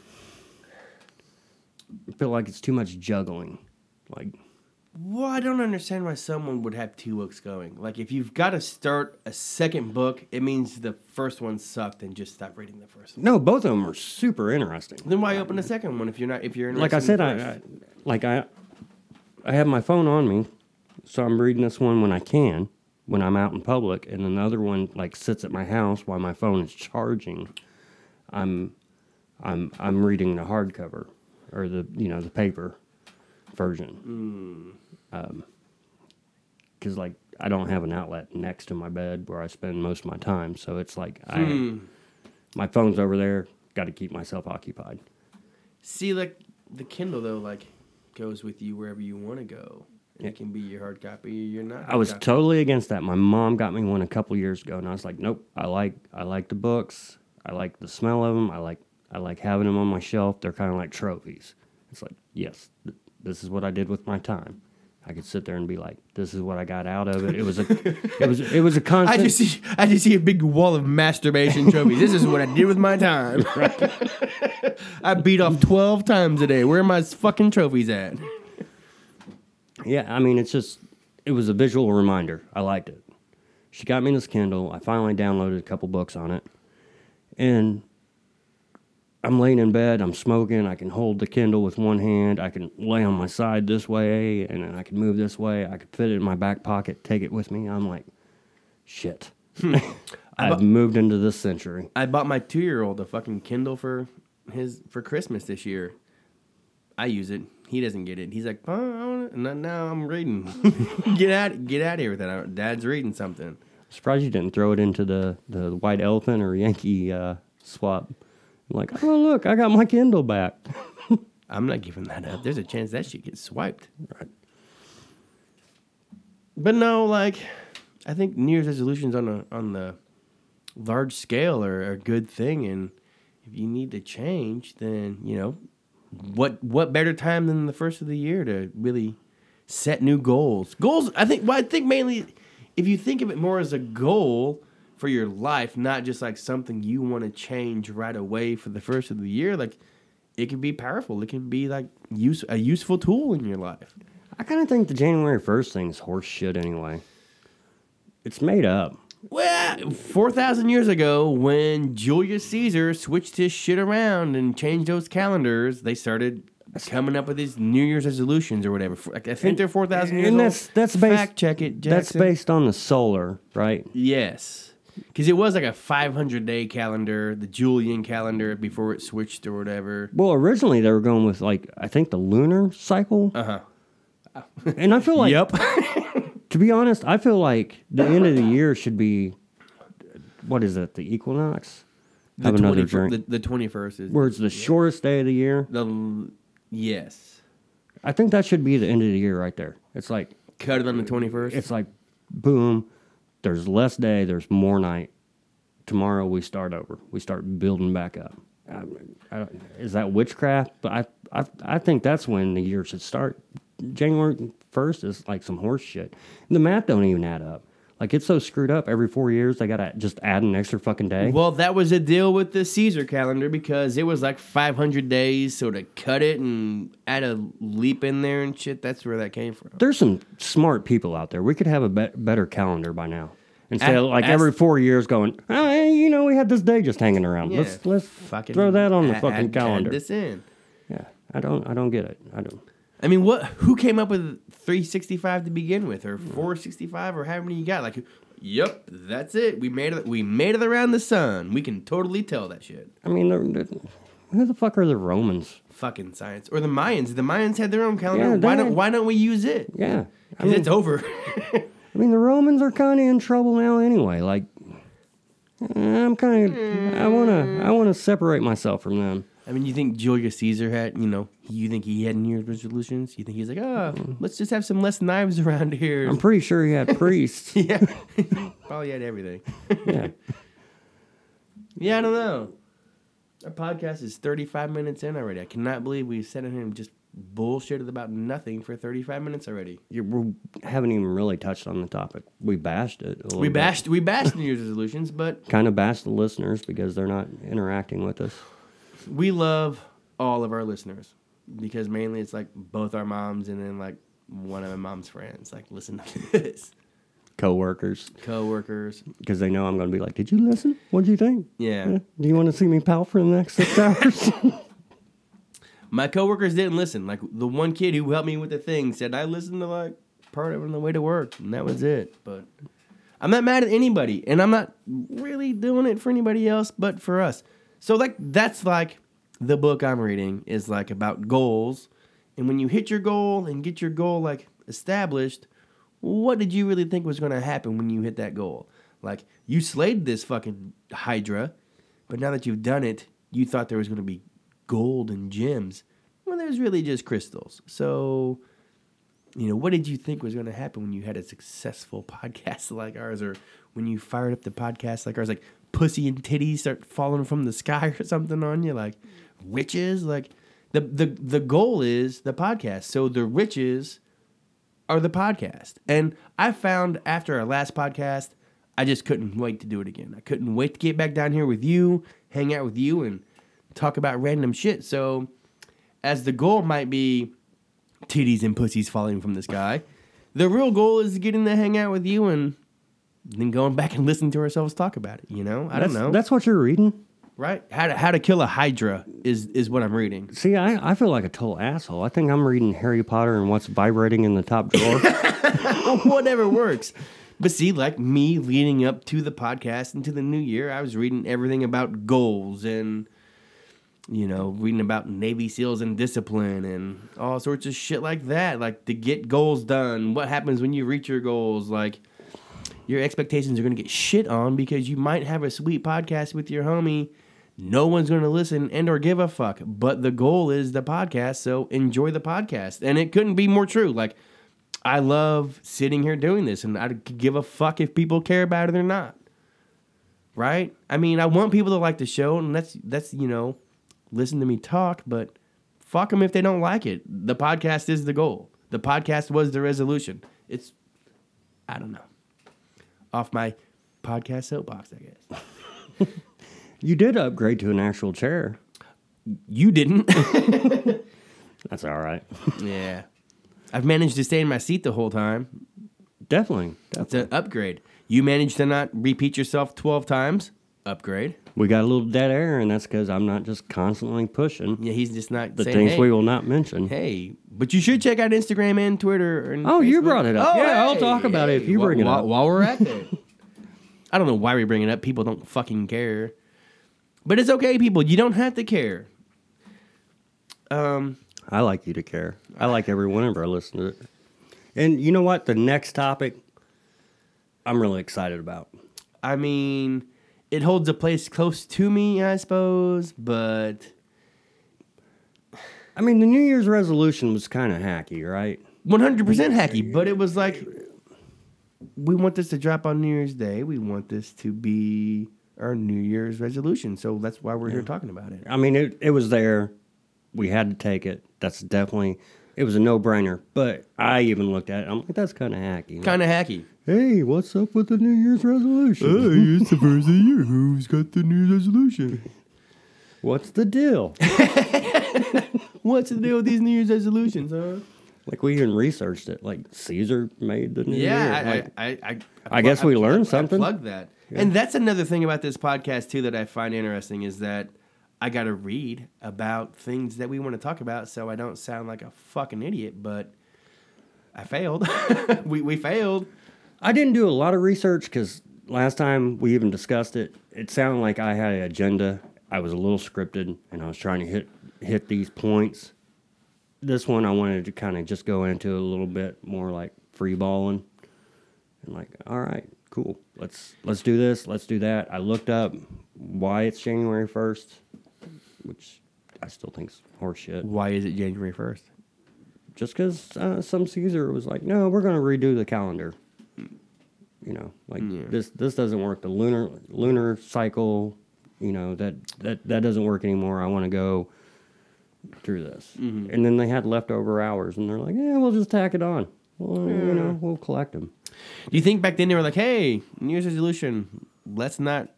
I feel like it's too much juggling. Like
Well, I don't understand why someone would have two books going. Like, if you've got to start a second book, it means the first one sucked, and just stop reading the first one.
No, both of them are super interesting.
Then why open a second one if you're not if you're
Like I
interested
said,
in the
I, I
first?
like I I have my phone on me, so I'm reading this one when I can, when I'm out in public, and another one like sits at my house while my phone is charging. I'm I'm I'm reading the hardcover or the you know the paper version. Because like I don't have an outlet next to my bed where I spend most of my time, so it's like I
Hmm.
my phone's over there. Got to keep myself occupied.
see like the Kindle though, like goes with you wherever you want to go. And It can be your hard copy. You're not.
I was totally against that. My mom got me one a couple years ago, and I was like, "Nope, I like I like the books. I like the smell of them. I like I like having them on my shelf. They're kind of like trophies." It's like, yes, th- this is what I did with my time. I could sit there and be like, "This is what I got out of it." It was a it was it was a
I
constant.
just see. I just see a big wall of masturbation trophies. this is what I did with my time. I beat off twelve times a day. Where are my fucking trophies at?
Yeah, I mean, it's just it was a visual reminder. I liked it. She got me this Kindle. I finally downloaded a couple books on it, and I'm laying in bed. I'm smoking. I can hold the Kindle with one hand. I can lay on my side this way, and then I can move this way. I could fit it in my back pocket, take it with me. I'm like, shit. I've moved into this century.
I bought my two year old a fucking Kindle for his for Christmas this year. I use it. He doesn't get it. He's like, oh, I want it. No, no, I'm reading. get out, get out of here with that. I- Dad's reading something.
Surprised you didn't throw it into the the white elephant or Yankee uh, swap. like, oh look, I got my Kindle back.
I'm not giving that up. There's a chance that shit gets swiped. Right. But no, like, I think New Year's resolutions on a on the large scale are, are a good thing, and if you need to change, then you know, what what better time than the first of the year to really set new goals? Goals. I think. Well, I think mainly if you think of it more as a goal for your life, not just like something you want to change right away for the first of the year, like it can be powerful. It can be like use a useful tool in your life.
I kind of think the January 1st thing is horse shit anyway. It's made up.
Well, four thousand years ago, when Julius Caesar switched his shit around and changed those calendars, they started coming up with these New Year's resolutions or whatever. F- Like, I think they're four thousand years
and
old.
that's- that's based-
fact check it. Jackson.
That's based on the solar, right?
Yes, because it was like a five hundred day calendar, the Julian calendar before it switched or whatever.
Well, originally they were going with like I think the lunar cycle.
Uh-huh.
And I feel like
yep.
to be honest, I feel like the end of the year should be what is it? The equinox?
the
Have another
21st
drink.
The, the twenty first is
Where it's the shortest day of the year.
the yes.
I think that should be the end of the year right there. It's like
Cut it on the twenty first.
it's like boom, there's less day, there's more night. Tomorrow we start over. We start building back up. I, I don't, is that witchcraft? But I, I I think that's when the year should start. January first is like some horse shit. The math don't even add up. Like it's so screwed up. Every four years they gotta just add an extra fucking day.
Well, that was a deal with the Caesar calendar because it was like 500 days, so to cut it and add a leap in there and shit, that's where that came from.
There's some smart people out there. We could have a bet better calendar by now. Instead, of
Ask-
like
ask-
every four years, going, "Oh, hey, you know, we had this day just hanging around.
Yeah.
Let's let's
Fucking
throw that on the
add-
fucking
add- add
calendar.
this in.
Yeah, I don't, I don't get it. I don't.
I mean, what? Who came up with 365 to begin with, or 465, or how many you got? Like, yep, that's it. We made it. We made it around the sun. We can totally tell that shit.
I mean, they're, they're- who the fuck are the Romans?
Fucking science, or the Mayans. The Mayans had their own calendar.
Yeah,
why
they-
don't Why don't we use it?
Yeah, I
'Cause
mean,
it's over.
I mean, the Romans are kind of in trouble now anyway. Like, eh, I'm kind of, I wanna, I wanna separate myself from them.
I mean, you think Julius Caesar had, you know, you think he had New Year's resolutions? You think he's like, oh, let's just have some less knives around here.
I'm pretty sure he had priests.
yeah, probably had everything.
yeah,
Yeah, I don't know. Our podcast is 35 minutes in already. I cannot believe we sat in here and just bullshitted about nothing for 35 minutes already.
you, we haven't even really touched on the topic. We bashed it. A
We bashed we bashed New Year's resolutions, but
Kind of bashed the listeners because they're not interacting with us.
we love all of our listeners because mainly it's like both our moms and then like one of my mom's friends. Like, listen to this.
Coworkers,
Coworkers.
because they know I'm going to be like, "Did you listen? What'd you think?
Yeah.
Do you want to see me pal for the next six hours?"
My coworkers didn't listen. Like the one kid who helped me with the thing said I listened to like part of it on the way to work, and that was it. But I'm not mad at anybody, and I'm not really doing it for anybody else, but for us. So like that's like the book I'm reading is like about goals, and when you hit your goal and get your goal like established, what did you really think was going to happen when you hit that goal? Like you slayed this fucking hydra, but now that you've done it, you thought there was going to be gold and gems. Well, there's really just crystals. So, you know, what did you think was going to happen when you had a successful podcast like ours, or when you fired up the podcast like ours, like pussy and titties start falling from the sky or something on you, like witches? Like the the the goal is the podcast. So the riches are the podcast. And I found after our last podcast, I just couldn't wait to do it again. I couldn't wait to get back down here with you, hang out with you, and talk about random shit. So, as the goal might be titties and pussies falling from the sky, the real goal is getting to hang out with you and then going back and listening to ourselves talk about it. You know, I
that's,
don't know,
That's what you're reading.
right? How to how to kill a hydra is is what I'm reading.
See, I, I feel like a total asshole. I think I'm reading Harry Potter and what's vibrating in the top drawer.
whatever works. But see, like me leading up to the podcast and to the new year, I was reading everything about goals and, you know, reading about Navy SEALs and discipline and all sorts of shit like that. Like to get goals done, what happens when you reach your goals? Like your expectations are going to get shit on because you might have a sweet podcast with your homie. No one's going to listen and or give a fuck, but the goal is the podcast, so enjoy the podcast. And it couldn't be more true. Like I love sitting here doing this, and I could give a fuck if people care about it or not. Right? I mean, I want people to like the show, and that's that's you know, listen to me talk, but fuck them if they don't like it. The podcast is the goal. The podcast was the resolution. It's, I don't know, off my podcast soapbox, I guess.
you did upgrade to an actual chair.
You didn't.
That's all right.
yeah, I've managed to stay in my seat the whole time.
Definitely.
It's an upgrade. You managed to not repeat yourself twelve times. Upgrade.
We got a little dead air, and that's because I'm not just constantly pushing
Yeah, he's just not
the
saying,
things
hey,
we will not mention.
hey, but you should check out Instagram and Twitter. And
Oh, you
Facebook.
brought it up.
Oh,
Yeah, I'll talk about it if you
wh-
bring it
wh-
up.
While we're at it. I don't know why we bring it up. People don't fucking care. But it's okay, people. You don't have to care. Um,
I like you to care. I like every one of our listeners. And you know what? The next topic I'm really excited about.
I mean, it holds a place close to me, I suppose, but
I mean, the New Year's resolution was kind of hacky, right?
100% hacky, but it was like we want this to drop on New Year's Day. We want this to be our New Year's resolution. So that's why we're here talking about it.
I mean, it, it was there. We had to take it. That's definitely, it was a no brainer. But I even looked at it. I'm like, that's kind of hacky.
Kind of hacky.
hey, what's up with the New Year's resolution?
it's the first of the year. Who's got the new resolution?
What's the deal?
What's the deal with these New Year's resolutions, huh?
like, we even researched it. Like, Caesar made the New
Yeah,
Year. Like,
I, I, I, I,
I guess we learned something.
I plugged that, and that's another thing about this podcast too that I find interesting is that I got to read about things that we want to talk about so I don't sound like a fucking idiot, but I failed. we, we failed.
I didn't do a lot of research because last time we even discussed it, it sounded like I had an agenda. I was a little scripted, and I was trying to hit hit these points. This one I wanted to kind of just go into a little bit more like free balling, and like, all right, cool, let's let's do this, let's do that. I looked up why it's January first, which I still think's horseshit.
Why is it January 1st?
Just because uh, some Caesar was like, no, we're gonna redo the calendar. You know, like
Yeah.
this this doesn't work. The lunar lunar cycle, you know that that that doesn't work anymore. I want to go through this.
Mm-hmm.
And then they had leftover hours, and they're like, yeah, we'll just tack it on. Well, you know,
Hmm.
we'll collect them.
Do you think back then they were like, hey, New Year's resolution, let's not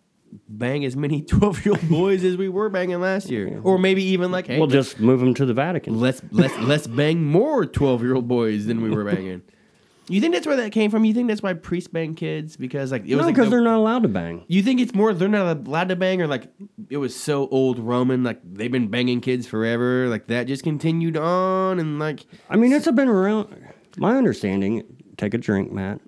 bang as many 12 year old boys as we were banging last year? Or maybe even like, hey,
We'll just move them to the Vatican.
let's, let's, let's bang more 12 year old boys than we were banging. You think that's where that came from? You think that's why priests bang kids? Because like it
No,
was like
because
the-
they're not allowed to bang.
You think it's more they're not allowed to bang, or like it was so old Roman, like they've been banging kids forever, like that just continued on, and like
I mean, it's been around. My understanding. Take a drink, Matt.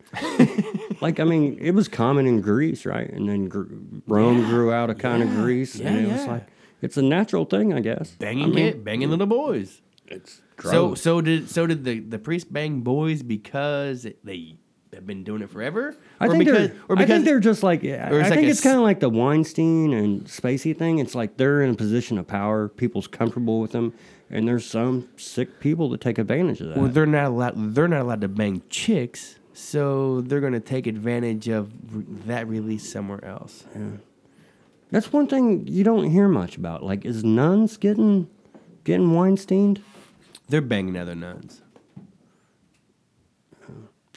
like I mean, it was common in Greece, right? And then gr- Rome grew out of kind of Greece, and
yeah,
it was
yeah.
like it's a natural thing, I guess.
banging
I mean,
kid, banging little boys.
It's
So
gross.
so did so did the the priest bang boys because they have been doing it forever,
I
or
think
because
they're.
or
I
because
think they're just like. I
or
I
it's like
think
a
it's
s-
kind of like the Weinstein and Spacey thing. It's like they're in a position of power. People's comfortable with them, and there's some sick people that take advantage of that.
well, they're not allowed they're not allowed to bang chicks, so they're gonna take advantage of re- that release somewhere else.
That's one thing you don't hear much about. Like, is nuns getting getting Weinsteined?
They're banging other nuns.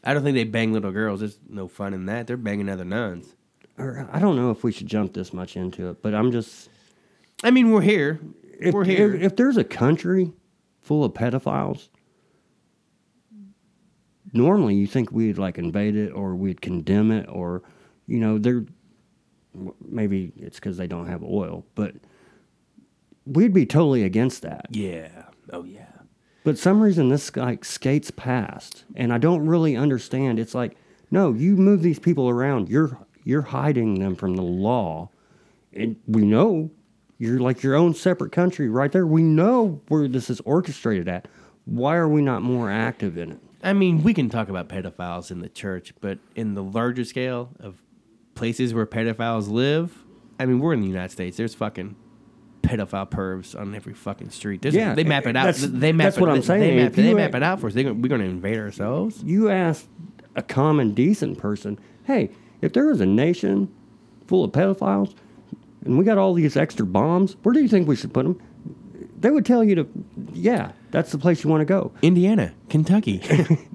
I don't think they bang little girls. There's no fun in that. They're banging other nuns.
Or I don't know if we should jump this much into it, but I'm just
I mean, we're here.
if,
we're here.
If, if there's a country full of pedophiles, normally you think we'd like invade it or we'd condemn it or, you know, they're w- maybe it's because they don't have oil, but we'd be totally against that.
yeah. Oh yeah.
But some reason this like skates past, and I don't really understand. It's like, no, you move these people around. You're you're hiding them from the law, and we know you're like your own separate country right there. We know where this is orchestrated at. Why are we not more active in it?
I mean, we can talk about pedophiles in the church, but in the larger scale of places where pedophiles live, I mean, we're in the United States. There's fucking pedophile pervs on every fucking street. There's,
Yeah,
they map it out.
that's-
they map
that's
it,
what I'm
they-
saying.
They map,
If you
they
ain't-
map it out for us. They, gonna- we're going to invade ourselves.
You ask a common decent person, hey, if there was a nation full of pedophiles, and we got all these extra bombs, where do you think we should put them? They would tell you to, yeah, that's the place you want to go.
Indiana, Kentucky,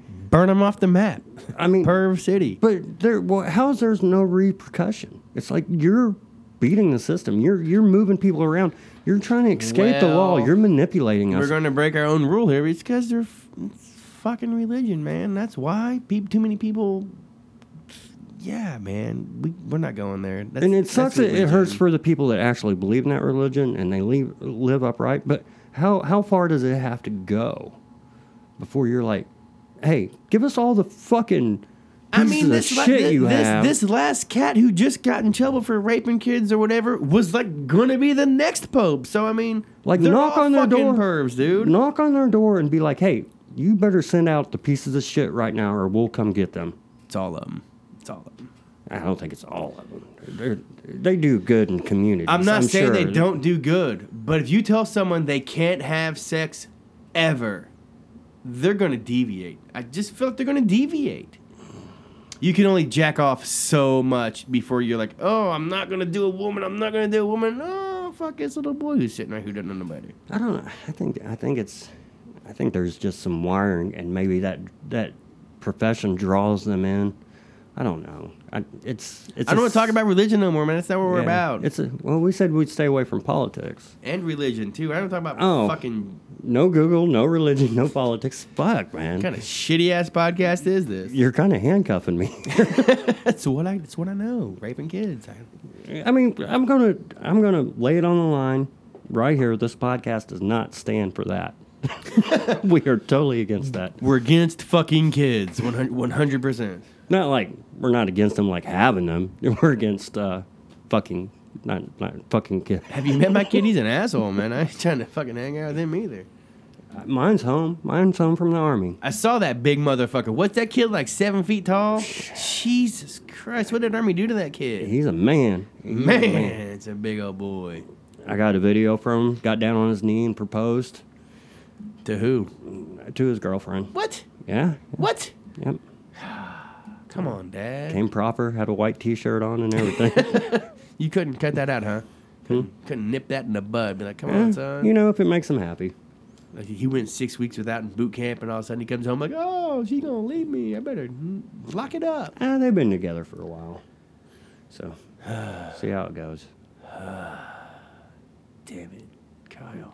burn them off the map.
I mean,
Perv City.
But there, well, how is there's no repercussion? It's like you're beating the system. You're you're moving people around. You're trying to escape the law.
Well,
You're manipulating
We're
us.
going to break our own rule here. It's because they're f- it's fucking religion, man. That's why peop too many people. Yeah, man. We, we're not going there. That's,
and it
that's
sucks. It, it
religion.
hurts for the people that actually believe in that religion and they leave, live upright. But how how far does it have to go before you're like, hey, give us all the fucking pieces
I mean,
of
this, la-
shit
thi-
you
this,
have?
this last cat who just got in trouble for raping kids or whatever was like going to be the next pope. So, I mean,
Like,
they're
knock
all
on their
fucking
door.
Pervs, dude.
knock on their door and be like, hey, you better send out the pieces of shit right now, or we'll come get them.
It's all of them. It's all of them.
I don't think it's all of them. They're, they do good in communities.
I'm not saying they
sure.
don't do good, but if you tell someone they can't have sex ever, they're gonna deviate. I just feel like they're gonna deviate. You can only jack off so much before you're like, oh, I'm not gonna do a woman. I'm not gonna do a woman. Oh, fuck this little boy who's sitting right here doesn't know nobody.
I don't know. I think I think it's I think there's just some wiring, and maybe that that profession draws them in. I don't know. I, it's it's.
I don't
a
want to talk
s-
about religion no more, man. That's not what we're
yeah.
about.
It's a, well, we said we'd stay away from politics.
and religion too. I don't talk about
Oh.
fucking
No Google, no religion, no politics. Fuck, man.
kind of shitty ass podcast is this.
You're kind of handcuffing me.
That's what I. That's what I know. Raping kids. I,
I mean, I'm gonna I'm gonna lay it on the line. right here, this podcast does not stand for that. we are totally against that.
We're against fucking kids, 100 percent.
Not like we're not against them, like having them. We're against uh, fucking, not not fucking kids.
Have you met my kid? He's an asshole, man. I ain't trying to fucking hang out with him either.
Mine's home. Mine's home from the army.
I saw that big motherfucker. What's that kid like? Seven feet tall? Jesus Christ! What did Army do to that kid?
He's a man.
Man, it's a big old boy.
I got a video from him. Got down on his knee and proposed
To who?
to his girlfriend.
What?
Yeah.
What?
Yep.
Come on, Dad.
Came proper. Had a white T-shirt on and everything.
You couldn't cut that out, huh? Couldn't, couldn't nip that in the bud. Be like, come on,
Eh,
son.
you know, if it makes him happy.
Like he went six weeks without in boot camp, and all of a sudden he comes home like, "Oh, she gonna leave me. I better mm, lock it up."
Ah, they've been together for a while, so see how it goes.
Damn it, Kyle.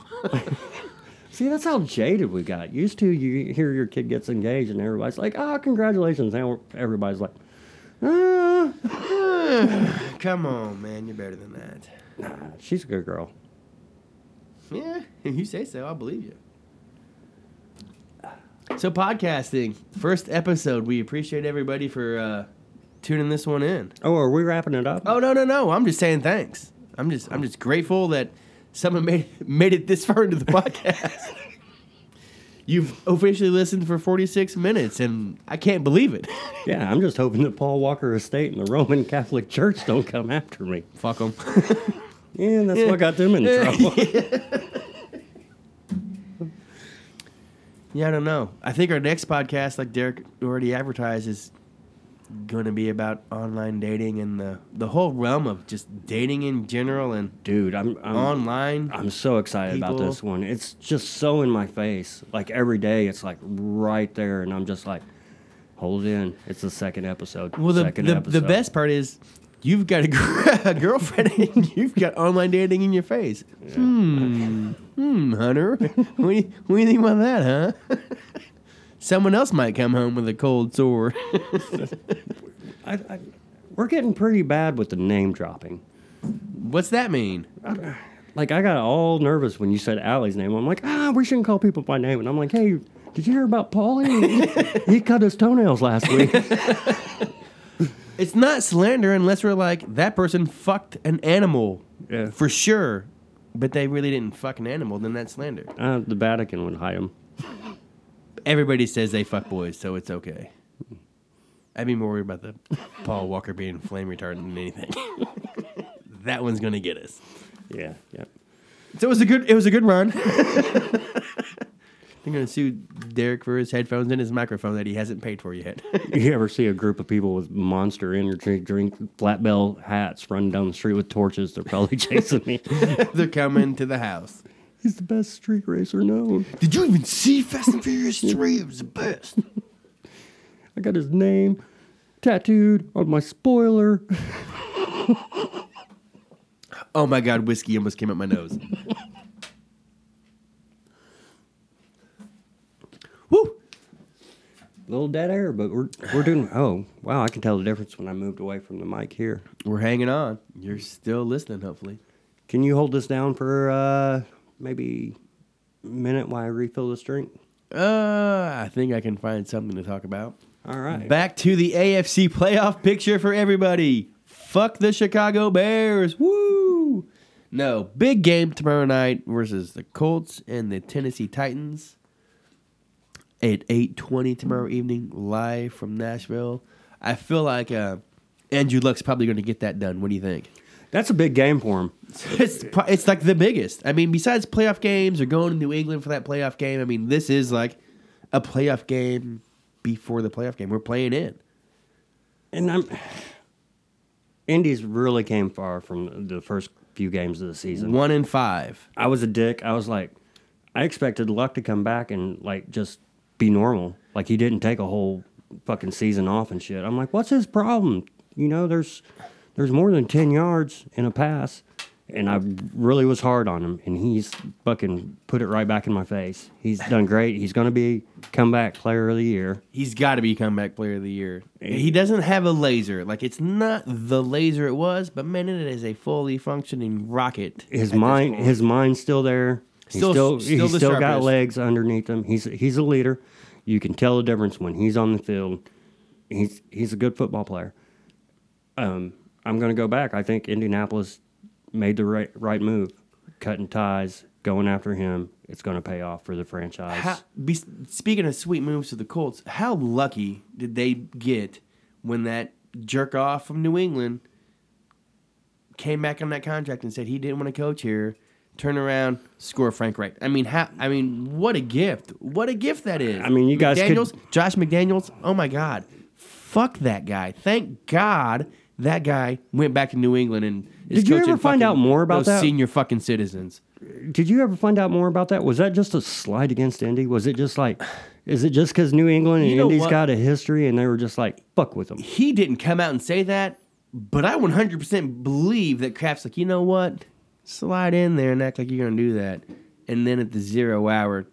See, that's how jaded we got. Used to, you hear your kid gets engaged, and everybody's like, "Ah, congratulations!" Now everybody's like, "Ah,
come on, man. You're better than that.
nah, she's a good girl."
Yeah, if you say so, I believe you. So podcasting first episode. We appreciate everybody for uh, tuning this one in.
Oh, are we wrapping it up?
Oh no no no! I'm just saying thanks. I'm just I'm just grateful that someone made made it this far into the podcast. You've officially listened for 46 minutes, and I can't believe it.
Yeah, I'm just hoping that Paul Walker Estate and the Roman Catholic Church don't come after me.
Fuck them.
Yeah, that's what got them in trouble.
yeah, I don't know. I think our next podcast, like Derek already advertised, is going to be about online dating and the the whole realm of just dating in general and
Dude, I'm, I'm
online.
I'm so excited about
people.
this one. It's just so in my face. Like every day, it's like right there, and I'm just like, hold in. It's the second episode.
Well, the,
second
the, the best part is you've got a, gr- a girlfriend and you've got online dating in your face. Hmm. Hmm, Hunter. what, do you, what do you think about that, huh? Someone else might come home with a cold sore.
I, I, we're getting pretty bad with the name dropping.
What's that mean?
Like I got all nervous when you said Allie's name. I'm like, ah, we shouldn't call people by name. And I'm like, hey, did you hear about Paulie? he cut his toenails last week.
It's not slander unless we're like, that person fucked an animal
Yeah.
for sure, but they really didn't fuck an animal, then that's slander.
uh, the Vatican would hide him.
Everybody says they fuck boys, so it's okay. I'd be more worried about the Paul Walker being flame retardant than anything. that one's gonna get us.
Yeah, yeah.
So it was a good it was a good run. They're gonna sue Derek for his headphones and his microphone that he hasn't paid for yet.
You ever see a group of people with monster energy drink flat bell hats running down the street with torches? They're probably chasing me.
They're coming to the house.
He's the best street racer known.
Did you even see Fast and Furious 3? It was the best.
I got his name tattooed on my spoiler.
Oh my god, whiskey almost came up my nose. Woo!
Little dead air, but we're we're doing. Oh wow, I can tell the difference when I moved away from the mic here.
We're hanging on. You're still listening, hopefully.
Can you hold this down for uh, maybe a minute while I refill this drink?
Uh, I think I can find something to talk about.
All right.
Back to the AFC playoff picture for everybody. Fuck the Chicago Bears. Woo! No, big game tomorrow night versus the Colts and the Tennessee Titans at 8:20 tomorrow evening live from Nashville. I feel like uh, Andrew Luck's probably going to get that done. What do you think?
That's a big game for him.
it's pro- it's like the biggest. I mean, besides playoff games or going to New England for that playoff game, I mean, this is like a playoff game before the playoff game. We're playing in.
And I'm. Indies really came far from the first few games of the season.
One in five.
I was a dick. I was like, I expected Luck to come back and like just be normal. Like he didn't take a whole fucking season off and shit. I'm like, what's his problem? You know, there's there's more than ten yards in a pass, and I really was hard on him, and he's fucking put it right back in my face. He's done great. He's going to be comeback player of the year.
He's got to be comeback player of the year. He doesn't have a laser. Like it's not the laser it was, but man, it is a fully functioning rocket. at
His
this
mind,
point.
his mind's still there. He's
Still-
still,
still
he's
the
still got
sharpest.
legs underneath him. He's he's a leader. You can tell the difference when he's on the field. He's he's a good football player. Um, I'm going to go back. I think Indianapolis made the right right move, cutting ties, going after him. It's going to pay off for the franchise.
How, be, speaking of sweet moves to the Colts, how lucky did they get when that jerk off from New England came back on that contract and said he didn't want to coach here? Turn around, score Frank Wright. I mean, how? I mean, what a gift! What a gift that is.
I mean, you guys could-
McDaniel's, Josh McDaniels. Oh my God, fuck that guy. Thank God that guy went back to New England and is
Did you
coaching
ever find
fucking
out more about
those
that?
Senior fucking citizens.
Did you ever find out more about that? Was that just a slide against Indy? Was it just like, is it just because New England and
You know
Indy's
what?
got a history and they were just like, fuck with them?
he didn't come out and say that, but I 100% believe that Kraft's like, you know what? Slide in there and act like you're going to do that. And then at the zero hour,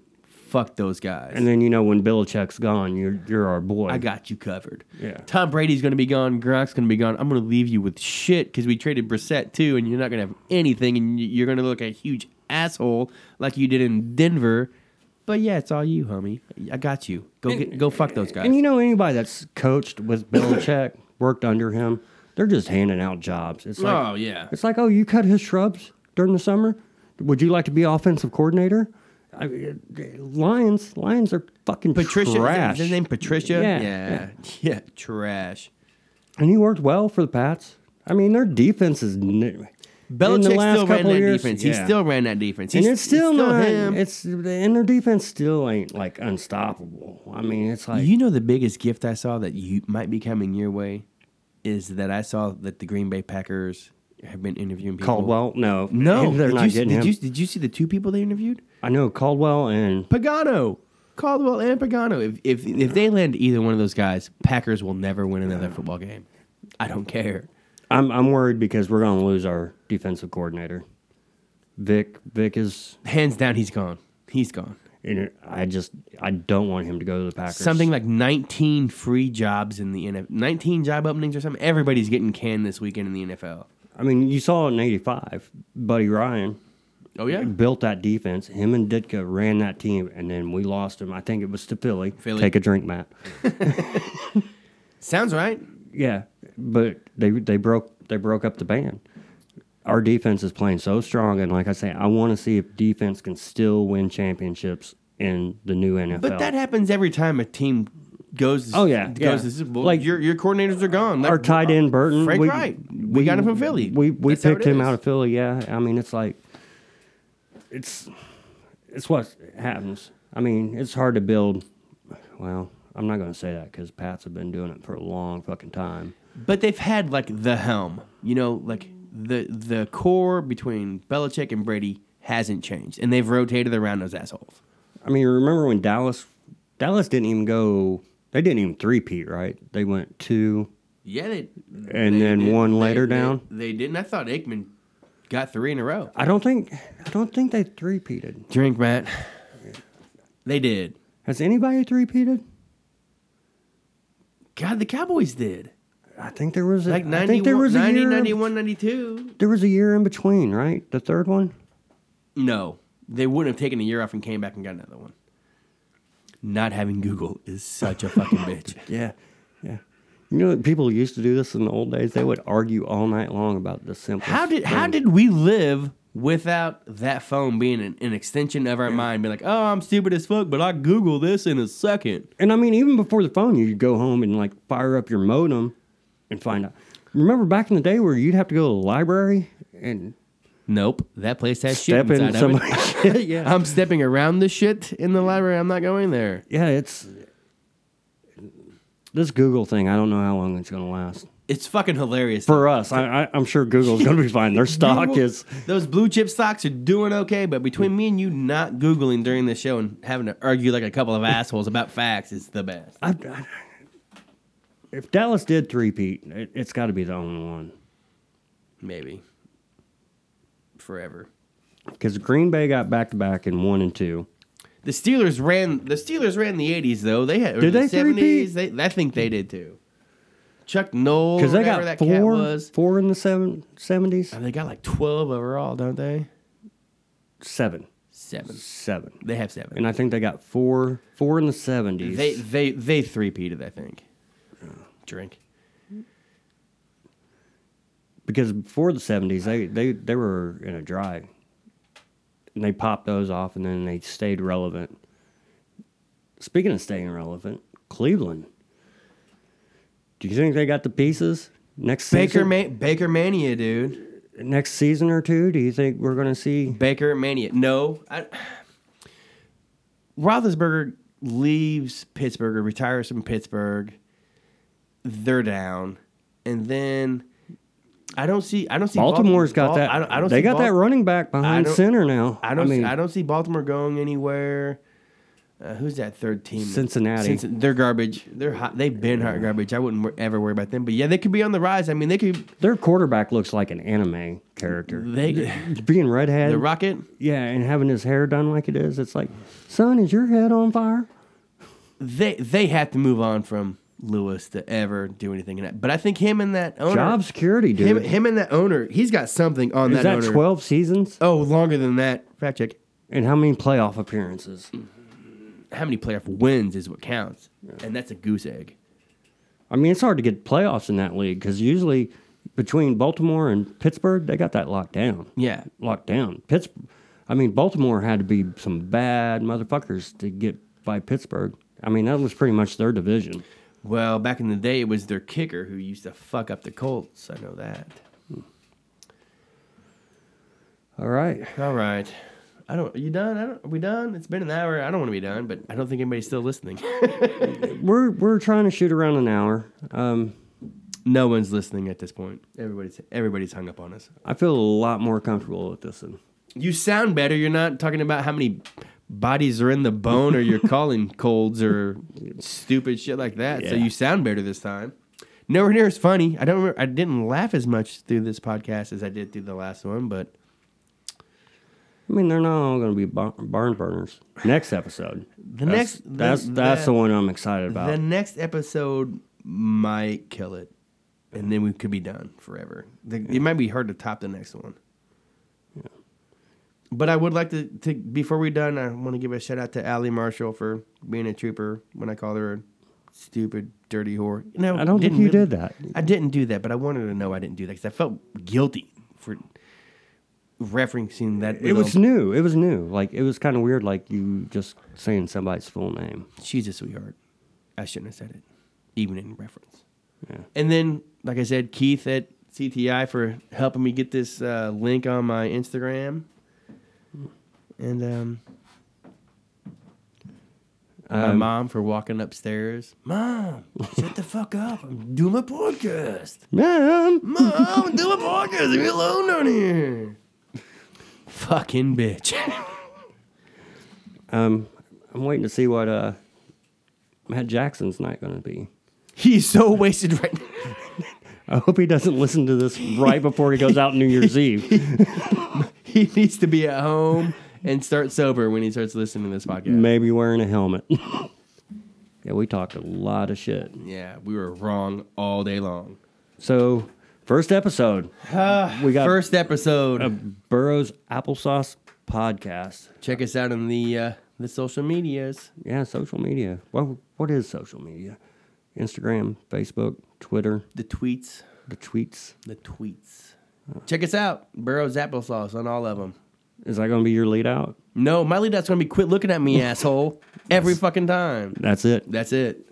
fuck those guys.
And then you know when Belichick's gone, you're you're our boy.
I got you covered.
Yeah.
Tom Brady's going to be gone. Gronk's going to be gone. I'm going to leave you with shit because we traded Brissett too, and you're not going to have anything, and y- you're going to look a huge asshole like you did in Denver. But yeah, it's all you, homie. I got you. Go get, go fuck those guys.
and you know anybody that's coached with Belichick, worked under him, they're just handing out jobs. It's like,
oh yeah.
it's like, oh, you cut his shrubs during the summer. Would you like to be offensive coordinator? I mean, Lions, Lions are fucking
Patricia.
trash.
Is his name Patricia?
Yeah,
Yeah. Yeah, trash.
And he worked well for the Pats. I I mean, their defense is. New.
Belichick still ran that defense. He still ran that defense.
And
He's-
it's still, not.
him.
It's and their defense still ain't like unstoppable. I mean, it's like
you know the biggest gift I saw that you might be coming your way is that I saw that the Green Bay Packers have been interviewing people.
Caldwell. No,
No,
they're
did
not
you,
getting
did
him.
You, did you see the two people they interviewed?
I know Caldwell and
Pagano, Caldwell, and Pagano. If if if they land either one of those guys, Packers will never win another football game. I don't care.
I'm I'm worried because we're gonna lose our defensive coordinator. Vic Vic is.
Hands down, he's gone. He's gone.
You know, I just I don't want him to go to the Packers.
something like 19 free jobs in the NFL, 19 job openings or something. Everybody's getting canned this weekend in the NFL.
I mean, you saw in '85, Buddy Ryan.
Oh yeah,
built that defense. Him and Ditka ran that team, and then we lost him. I think it was to Philly.
Philly.
Take a drink, Matt.
sounds right.
Yeah, but they they broke they broke up the band. Our defense is playing so strong, and like I say, I want to see if defense can still win championships in the new NFL.
But that happens every time a team goes.
Oh, yeah,
goes
yeah.
to the Super Bowl. Like
Like-
your your coordinators are gone.
our tight end Burton,
Frank
we,
Wright. We, got him from Philly.
We we
That's how
picked
it
him
is.
out of Philly. Yeah, I mean it's like it's it's what happens. I mean it's hard to build. Well, I'm not going to say that because Pats have been doing it for a long fucking time.
But they've had like the helm, you know, like the the core between Belichick and Brady hasn't changed, and they've rotated around those assholes.
I mean, remember when Dallas Dallas didn't even go. They didn't even three-peat, right? They went two
Yeah, they,
and then one later down.
They didn't. I thought Aikman got three in a row.
I don't think I don't think they three-peated.
Drink, Matt. They did.
Has anybody three-peated?
God, the Cowboys did.
I think there was a,
Like
I
90,
think there was a
90,
year
91, 92.
There was a year in between, right? The third one?
No, they wouldn't have taken a year off and came back and got another one. Not having Google is such a fucking bitch.
Yeah. Yeah. You know that people used to do this in the old days? They would argue all night long about the simplest.
How did how
thing.
did we live without that phone being an, an extension of our mind? Be like, oh, I'm stupid as fuck, but I Google this in a second.
And I mean even before the phone you'd go home and like fire up your modem and find out. Remember back in the day where you'd have to go to the library and
Nope, that place has shit
step in
inside of it.
somebody's shit? Yeah.
I'm stepping around the shit in the library. I'm not going there.
Yeah, it's this Google thing, I don't know how long it's gonna last.
It's fucking hilarious.
For us, I, I, I'm sure Google's gonna be fine. Their stock
Google-
is
Those blue chip stocks are doing okay, but between me and you not Googling during the show and having to argue like a couple of assholes about facts is the best.
I, I, if Dallas did three Pete, it, it's got to be the only one.
Maybe. forever.
Because Green Bay got back to back in one and two.
The Steelers ran. The Steelers ran the eighties though. They had or
Did
the
they
seventies. They, I think they did too. Chuck Knoll,
Because they
whatever
got
that cat
four,
was.
four in the seven, 70s.
And they got like twelve overall, don't they?
Seven.
Seven.
Seven.
They have seven.
And I think they got four, four in the 70s.
They they they three peated, I think. Drink.
because before the 70s, they, they, they were in a dry. And they popped those off and then they stayed relevant. Speaking of staying relevant, Cleveland. Do you think they got the pieces next
Baker
season?
Ma- Baker Mania, dude.
next season or two? Do you think we're going to see?
Baker Mania. No, I, Roethlisberger leaves Pittsburgh or retires from Pittsburgh. They're down, and then I don't see. I don't see. Baltim-
Baltimore's got
Bal-
that.
I don't, I don't
they
see
got
Bal-
that running back behind
don't-
center now.
I don't.
mean,
see, I don't see Baltimore going anywhere. Uh, who's that third team?
Cincinnati.
Cincin- they're garbage. They're hot. They've been hot garbage. I wouldn't wor- ever worry about them. But yeah, they could be on the rise. I mean, they could.
their quarterback looks like an anime character.
They
Being redhead,
the Rocket.
yeah, and having his hair done like it is. It's like, son, is your head on fire?
They they have to move on from Lewis to ever do anything in that. But I think him and that owner.
Job security, dude.
Him, him and that owner. He's got something on
is
that,
that
owner.
twelve seasons?
Oh, longer than that. Fact check.
And how many playoff appearances?
How many playoff wins is what counts, and that's a goose egg.
I mean, it's hard to get playoffs in that league because usually between Baltimore and Pittsburgh, they got that locked down.
Yeah.
locked down. Pittsburgh, I mean, Baltimore had to be some bad motherfuckers to get by Pittsburgh. I mean, that was pretty much their division.
Well, back in the day, it was their kicker who used to fuck up the Colts. I know that.
All right.
All right. I don't. you done? I don't. Are we done? It's been an hour. I don't want to be done, but I don't think anybody's still listening.
We're we're trying to shoot around an hour. Um,
no one's listening at this point. Everybody's everybody's hung up on us.
I feel a lot more comfortable with this one.
You sound better. You're not talking about how many bodies are in the bone or you're calling colds or stupid shit like that. So
Yeah.
you sound better this time. Nowhere near as funny. I don't. Remember, I didn't laugh as much through this podcast as I did through the last one, but
I mean, they're not all going to be bar- barn burners. Next episode.
the
That's-
next the-
that's that's the one I'm excited
The
about.
next episode might kill it, and then we could be done forever. The, It might be hard to top the next one. But I would like to, to before we're done, I want to give a shout out to Allie Marshall for being a trooper when I called her a stupid, dirty whore. No,
I don't think
didn't
you
really-
did that.
I didn't do that, but I wanted her to know I didn't do that because I felt guilty for referencing that.
It
little-
was new. It was new. Like it was kind of weird. Like you just saying somebody's full name.
she's a sweetheart. I shouldn't have said it, even in reference.
Yeah.
And then, like I said, Keith at CTI for helping me get this uh, link on my Instagram. And um, my
Um,
mom for walking upstairs. Mom, shut the fuck up. I'm doing my podcast.
Mom.
Mom, I'm doing my podcast. Leave me alone down here. Fucking bitch.
Um, I'm waiting to see what uh, Matt Jackson's night going to be.
He's so wasted right now.
I hope he doesn't listen to this right before he goes out New Year's Eve.
He needs to be at home and start sober when he starts listening to this podcast.
Maybe wearing a helmet. yeah, we talked a lot of shit.
Yeah, we were wrong all day long.
So, first episode, we got
Uh, First episode.
Burroughs Applesauce Podcast.
Check us out on the uh, the social medias.
Yeah, social media. What what is social media? Instagram, Facebook, Twitter,
The tweets.
the tweets.
The tweets. Check us out. Burroughs applesauce on all of them.
Is that going to be your lead out?
No, my lead out's gonna be quit looking at me, asshole. Every fucking time.
That's it.
That's it.